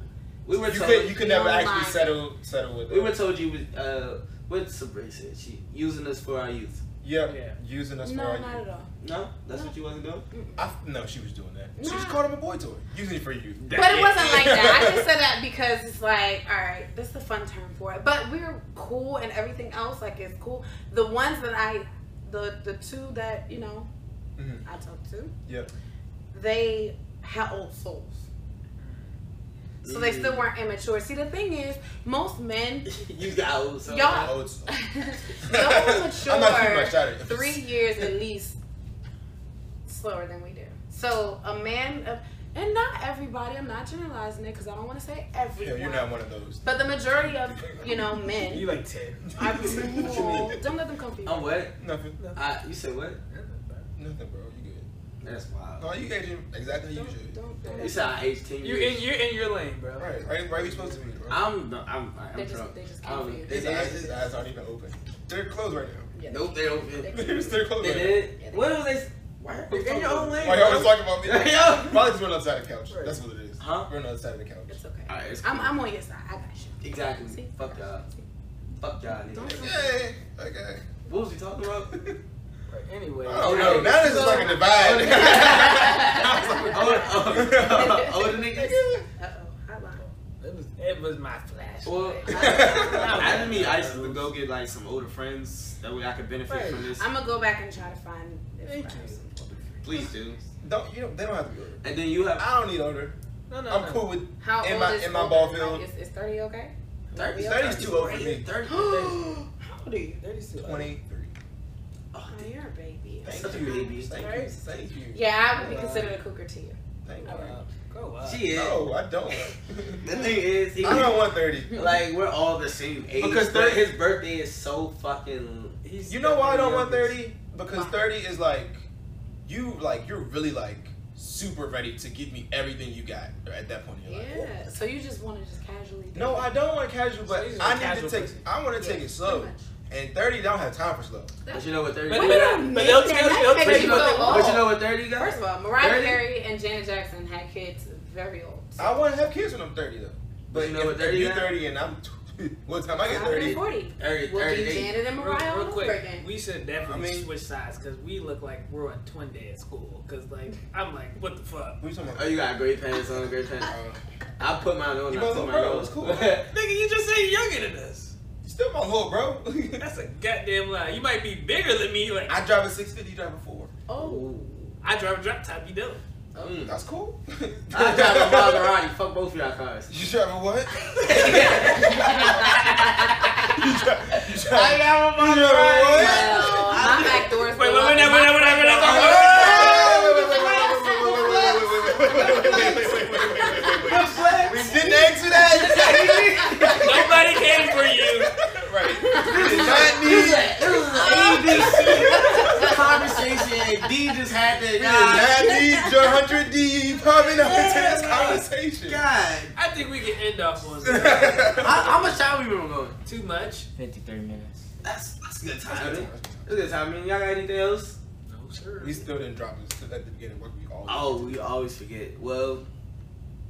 [SPEAKER 2] We were
[SPEAKER 3] you
[SPEAKER 2] told
[SPEAKER 3] could you could never
[SPEAKER 4] You're
[SPEAKER 3] actually
[SPEAKER 4] lying.
[SPEAKER 3] settle settle with
[SPEAKER 2] we
[SPEAKER 3] that.
[SPEAKER 2] were told you was uh what Sabrina said she using us for our youth.
[SPEAKER 3] yep.
[SPEAKER 1] Yeah.
[SPEAKER 3] Using us
[SPEAKER 4] No,
[SPEAKER 3] for our
[SPEAKER 4] not
[SPEAKER 3] youth.
[SPEAKER 4] at all.
[SPEAKER 2] No, that's what you wasn't doing.
[SPEAKER 4] Mm-mm.
[SPEAKER 3] I f- no, she was doing that. She just
[SPEAKER 4] Nah.
[SPEAKER 3] called him a boy toy. Using it for youth.
[SPEAKER 4] But it wasn't like that. I just said that because it's like, all right, that's the fun term for it. But we were cool and everything else, like it's cool. The ones that I, the the two that you know,
[SPEAKER 3] Mhm.
[SPEAKER 4] I talked to,
[SPEAKER 3] Yep.
[SPEAKER 4] they had old souls, so they
[SPEAKER 3] Mm.
[SPEAKER 4] still weren't immature. See, the thing is, most men,
[SPEAKER 2] you got old. So
[SPEAKER 4] Y'all-
[SPEAKER 3] Oh, it's-
[SPEAKER 4] y'all
[SPEAKER 3] I'm not
[SPEAKER 4] mature
[SPEAKER 3] keeping my shot at
[SPEAKER 4] three years at least slower than we do. So a man of, and not everybody. I'm not generalizing it because I don't want to say
[SPEAKER 3] Yeah,
[SPEAKER 4] everyone.
[SPEAKER 3] you're not one of those.
[SPEAKER 4] But the majority of you know men
[SPEAKER 1] You like ten.
[SPEAKER 4] are
[SPEAKER 2] What you
[SPEAKER 4] cool.
[SPEAKER 2] mean?
[SPEAKER 4] Don't let them come for you.
[SPEAKER 2] I'm what?
[SPEAKER 3] Nothing.
[SPEAKER 2] I you said what?
[SPEAKER 3] Nothing, bro. You good?
[SPEAKER 2] That's
[SPEAKER 3] No,
[SPEAKER 2] wild.
[SPEAKER 3] you aging exactly how you
[SPEAKER 4] don't,
[SPEAKER 3] should.
[SPEAKER 4] don't, don't.
[SPEAKER 2] You said I aged ten
[SPEAKER 1] You
[SPEAKER 2] years.
[SPEAKER 1] in you're in your lane, bro.
[SPEAKER 3] Right, right, right. You supposed to be, bro.
[SPEAKER 2] I'm no, I'm I'm
[SPEAKER 4] They just-
[SPEAKER 2] drunk.
[SPEAKER 4] they just
[SPEAKER 2] I'm-
[SPEAKER 4] came for you.
[SPEAKER 2] they-
[SPEAKER 3] His
[SPEAKER 2] they-
[SPEAKER 3] eyes, his eyes aren't even open. They're closed right now.
[SPEAKER 4] Yeah.
[SPEAKER 2] Nope, they don't. They,
[SPEAKER 4] They-
[SPEAKER 3] They're still closed.
[SPEAKER 2] they
[SPEAKER 3] Right now.
[SPEAKER 2] did. What was they? s- Why are you in your own lane?
[SPEAKER 3] Why y'all was
[SPEAKER 2] bro?
[SPEAKER 3] talking about me?
[SPEAKER 2] Yo.
[SPEAKER 3] Probably because we're on the other side of the couch.
[SPEAKER 1] Right.
[SPEAKER 3] That's what it is.
[SPEAKER 2] Huh?
[SPEAKER 3] We're on the other side of the couch.
[SPEAKER 4] It's okay.
[SPEAKER 2] Alright, it's
[SPEAKER 4] I'm,
[SPEAKER 2] cool.
[SPEAKER 4] I'm on your side. I got you.
[SPEAKER 2] Exactly.
[SPEAKER 4] See?
[SPEAKER 2] Fuck y'all. Fuck y'all.
[SPEAKER 4] Don't-
[SPEAKER 2] Nigga.
[SPEAKER 3] Yay. Okay.
[SPEAKER 2] What was we talking about?
[SPEAKER 1] Right. Anyway.
[SPEAKER 3] Oh
[SPEAKER 2] Okay.
[SPEAKER 3] no, now this is like a divide. I was like,
[SPEAKER 2] Older, older, older niggas.
[SPEAKER 4] Uh oh. Hotline.
[SPEAKER 1] It was it was my flash.
[SPEAKER 2] Well,
[SPEAKER 3] I-
[SPEAKER 2] I didn't mean I used to go get like some older friends that way I could benefit
[SPEAKER 1] Right.
[SPEAKER 2] from this.
[SPEAKER 4] I'm gonna go back and try to find. If
[SPEAKER 1] Thank
[SPEAKER 4] I have
[SPEAKER 1] you.
[SPEAKER 4] some
[SPEAKER 2] Please do.
[SPEAKER 3] don't you? Don't, they don't have to be older.
[SPEAKER 2] And then you have
[SPEAKER 3] I don't need older.
[SPEAKER 1] no, no,
[SPEAKER 3] I'm
[SPEAKER 1] no.
[SPEAKER 3] cool with.
[SPEAKER 4] How
[SPEAKER 3] In
[SPEAKER 4] old
[SPEAKER 3] my-
[SPEAKER 4] is
[SPEAKER 3] in my
[SPEAKER 4] older?
[SPEAKER 3] ball
[SPEAKER 4] Like,
[SPEAKER 3] field.
[SPEAKER 4] is, is 30 okay? Oh,
[SPEAKER 2] 30.
[SPEAKER 3] 30's too old for me. Oh,
[SPEAKER 2] 30.
[SPEAKER 4] How old are you?
[SPEAKER 1] Thirty-two.
[SPEAKER 3] Twenty-three.
[SPEAKER 2] Oh,
[SPEAKER 4] Oh, you're a baby.
[SPEAKER 3] Thank
[SPEAKER 2] Such a
[SPEAKER 3] you,
[SPEAKER 2] baby.
[SPEAKER 3] Thank you.
[SPEAKER 1] Right?
[SPEAKER 3] Thank you.
[SPEAKER 4] Yeah, I would be
[SPEAKER 3] Wow.
[SPEAKER 4] considered a cougar to you.
[SPEAKER 3] Thank you.
[SPEAKER 1] Wow. Go up.
[SPEAKER 2] She is.
[SPEAKER 3] No, I don't.
[SPEAKER 2] The thing is, he,
[SPEAKER 3] I don't want thirty.
[SPEAKER 2] like we're all the same age.
[SPEAKER 3] Because
[SPEAKER 2] but
[SPEAKER 3] 30
[SPEAKER 2] his birthday is so fucking.
[SPEAKER 1] He's
[SPEAKER 3] You know why I don't
[SPEAKER 1] definitely
[SPEAKER 3] want
[SPEAKER 1] youngest.
[SPEAKER 3] thirty? Because thirty is like, you like you're really like super ready to give me everything you got at that point in your life.
[SPEAKER 4] Yeah. So you just want to just casually. do
[SPEAKER 3] No,
[SPEAKER 4] it.
[SPEAKER 3] I don't want casual,
[SPEAKER 1] So
[SPEAKER 3] but
[SPEAKER 1] he's a
[SPEAKER 3] I need
[SPEAKER 1] casual
[SPEAKER 3] to take.
[SPEAKER 1] person.
[SPEAKER 3] I want to
[SPEAKER 4] Yeah,
[SPEAKER 3] take it
[SPEAKER 4] pretty
[SPEAKER 3] slow.
[SPEAKER 4] much.
[SPEAKER 3] And thirty, I don't have time for slow.
[SPEAKER 2] But you know what 30
[SPEAKER 1] But,
[SPEAKER 4] Why
[SPEAKER 1] but,
[SPEAKER 4] not
[SPEAKER 1] but
[SPEAKER 4] make
[SPEAKER 1] they'll,
[SPEAKER 4] that
[SPEAKER 1] they'll, they'll tell you
[SPEAKER 4] happen? But
[SPEAKER 1] what
[SPEAKER 4] you
[SPEAKER 1] they
[SPEAKER 4] know-
[SPEAKER 1] want.
[SPEAKER 2] But you know what 30 got?
[SPEAKER 4] First of all, Mariah
[SPEAKER 2] Really?
[SPEAKER 4] Carey and Janet Jackson had kids very old.
[SPEAKER 3] I want to have kids when I'm thirty though. But
[SPEAKER 2] you know
[SPEAKER 3] if,
[SPEAKER 2] what
[SPEAKER 3] if
[SPEAKER 2] 30
[SPEAKER 3] you
[SPEAKER 2] now?
[SPEAKER 3] thirty and I'm, what time I get
[SPEAKER 4] I'll be
[SPEAKER 3] thirty?
[SPEAKER 4] 40.
[SPEAKER 2] 30,
[SPEAKER 4] We'll
[SPEAKER 2] 30,
[SPEAKER 4] be Janet and Mariah
[SPEAKER 1] real, real
[SPEAKER 4] all
[SPEAKER 1] quick,
[SPEAKER 4] over again.
[SPEAKER 1] we should definitely
[SPEAKER 3] I mean-
[SPEAKER 1] switch sides because we look like we're on twin day at school. Because like I'm like, what the fuck,
[SPEAKER 3] What you talking
[SPEAKER 2] Oh,
[SPEAKER 3] about?
[SPEAKER 2] you got great pants on, great pants.
[SPEAKER 3] Uh,
[SPEAKER 2] I put mine on.
[SPEAKER 3] You
[SPEAKER 2] I
[SPEAKER 3] motherfucker,
[SPEAKER 2] put mine on.
[SPEAKER 3] it's cool.
[SPEAKER 1] nigga? You just say you're younger than us.
[SPEAKER 3] you still my little bro.
[SPEAKER 1] That's a goddamn lie. You might be bigger than me. Like I,
[SPEAKER 3] I drive a six fifty, you drive a four.
[SPEAKER 4] Oh.
[SPEAKER 1] drive a drop top. You don't.
[SPEAKER 2] Mm.
[SPEAKER 3] That's cool.
[SPEAKER 2] I drive a Maserati. Fuck both of y'all cars.
[SPEAKER 3] You drive a what? You drive- you drive-
[SPEAKER 2] got
[SPEAKER 3] You drive a what?
[SPEAKER 4] Well, my back
[SPEAKER 1] Wait, wait, wait, wait, wait, wait,
[SPEAKER 4] door's locked. My front
[SPEAKER 1] wait, wait,
[SPEAKER 4] door's
[SPEAKER 1] wait,
[SPEAKER 4] locked.
[SPEAKER 3] We didn't ask for that.
[SPEAKER 1] Nobody came for you.
[SPEAKER 3] right. Did not need.
[SPEAKER 2] It was an ABC conversation. and D just had
[SPEAKER 3] We did not
[SPEAKER 2] to.
[SPEAKER 3] need your hundred D popping up into this conversation.
[SPEAKER 2] God.
[SPEAKER 1] I think we can end off on that.
[SPEAKER 2] How,
[SPEAKER 3] That's
[SPEAKER 2] how much time we been going?
[SPEAKER 1] too much.
[SPEAKER 5] 53 minutes.
[SPEAKER 2] That's that's a good
[SPEAKER 3] good
[SPEAKER 2] time.
[SPEAKER 3] times.
[SPEAKER 2] That's a good time. Man. Y'all got anything else?
[SPEAKER 1] No sir.
[SPEAKER 3] We still didn't drop this 'cause at the beginning. What we all.
[SPEAKER 2] Oh, we always forget. Well,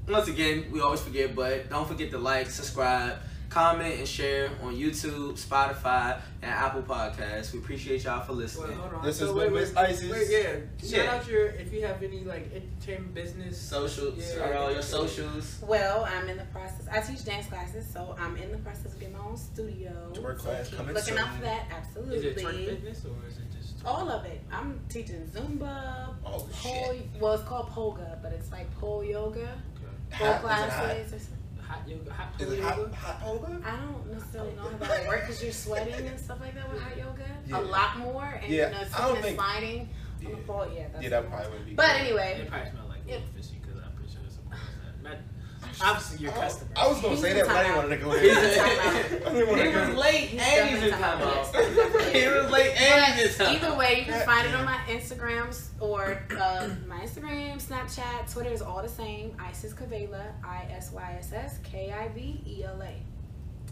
[SPEAKER 2] once again, we always forget, but don't forget to like, subscribe, comment, and share on YouTube, Spotify, and Apple Podcasts. We appreciate y'all for
[SPEAKER 1] Wait,
[SPEAKER 2] listening.
[SPEAKER 1] hold on.
[SPEAKER 3] This
[SPEAKER 1] So
[SPEAKER 3] is
[SPEAKER 1] wait,
[SPEAKER 3] when
[SPEAKER 1] wait,
[SPEAKER 3] Miss Isis.
[SPEAKER 1] Wait, yeah. Shout
[SPEAKER 2] Yeah.
[SPEAKER 1] out your if you have any like entertainment business.
[SPEAKER 2] Social,
[SPEAKER 1] Yeah.
[SPEAKER 2] all your socials.
[SPEAKER 4] Well, I'm in the process. I teach dance classes, so I'm in the process of getting my own studio.
[SPEAKER 3] Twerk class
[SPEAKER 4] so keep
[SPEAKER 3] coming
[SPEAKER 4] looking out
[SPEAKER 3] soon.
[SPEAKER 4] for that,
[SPEAKER 1] Is it twerk
[SPEAKER 4] absolutely.
[SPEAKER 1] fitness or is it just
[SPEAKER 4] All of it. I'm teaching Zumba,
[SPEAKER 3] Oh
[SPEAKER 4] pole.
[SPEAKER 3] shit.
[SPEAKER 4] Well, it's called polga, but it's like pole yoga, pole
[SPEAKER 3] Hot- is it hot?
[SPEAKER 4] classes. Or something.
[SPEAKER 1] hot yoga? Hot
[SPEAKER 3] Is
[SPEAKER 1] pole
[SPEAKER 3] it hot,
[SPEAKER 1] yoga?
[SPEAKER 3] hot over?
[SPEAKER 4] I don't necessarily know how that works because you're sweating and stuff like that with hot yoga.
[SPEAKER 3] Yeah.
[SPEAKER 4] A lot more, and
[SPEAKER 3] Yeah,
[SPEAKER 4] you know, it's
[SPEAKER 3] I don't
[SPEAKER 4] and
[SPEAKER 3] think-
[SPEAKER 4] sliding
[SPEAKER 3] Yeah,
[SPEAKER 4] on the pole. Yeah, that's
[SPEAKER 3] yeah that
[SPEAKER 4] more.
[SPEAKER 3] probably would be.
[SPEAKER 4] But
[SPEAKER 3] good.
[SPEAKER 4] anyway,
[SPEAKER 1] It probably smell like
[SPEAKER 4] Yeah.
[SPEAKER 1] little fishy because I'm pretty sure it's something like that. Not, obviously, your
[SPEAKER 3] I-
[SPEAKER 1] customer.
[SPEAKER 3] I was gonna say that, but I didn't want to go
[SPEAKER 2] He's
[SPEAKER 3] there.
[SPEAKER 2] in
[SPEAKER 3] I didn't want to go.
[SPEAKER 2] late and he's in timeout. He was late and he's in
[SPEAKER 4] But
[SPEAKER 2] timeout.
[SPEAKER 4] either way, you can find it on my Instagrams or uh, my Instagram, Snapchat, Twitter is all the same. Isis Kavela, I S Y S S K I V E L A.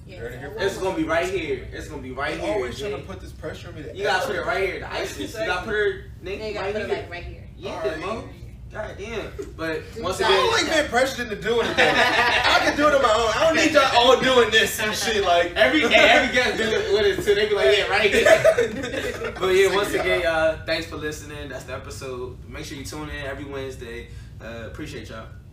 [SPEAKER 4] Yeah,
[SPEAKER 3] Dirty
[SPEAKER 4] so
[SPEAKER 3] hair.
[SPEAKER 2] It's gonna be right here. It's gonna be right
[SPEAKER 3] You
[SPEAKER 2] here.
[SPEAKER 3] always trying to
[SPEAKER 2] Jay.
[SPEAKER 3] put this pressure on me. To
[SPEAKER 2] you gotta put it right here. The ISIS. You gotta put her
[SPEAKER 4] And
[SPEAKER 2] name
[SPEAKER 4] you gotta
[SPEAKER 2] right
[SPEAKER 4] put
[SPEAKER 2] here. Oh.
[SPEAKER 4] it like right here. Oh
[SPEAKER 2] yeah,
[SPEAKER 3] Alright.
[SPEAKER 2] mo. God damn. But
[SPEAKER 4] Dude,
[SPEAKER 2] once
[SPEAKER 3] I don't like
[SPEAKER 2] again,
[SPEAKER 3] being pressured into doing it. I can do it on my own. I don't need y'all all doing this and shit. Like
[SPEAKER 2] every and every guest do it with it too. They be like, yeah, right here. But yeah, once again, y'all, thanks for listening. That's the episode. Make sure you tune in every Wednesday. Uh, appreciate y'all.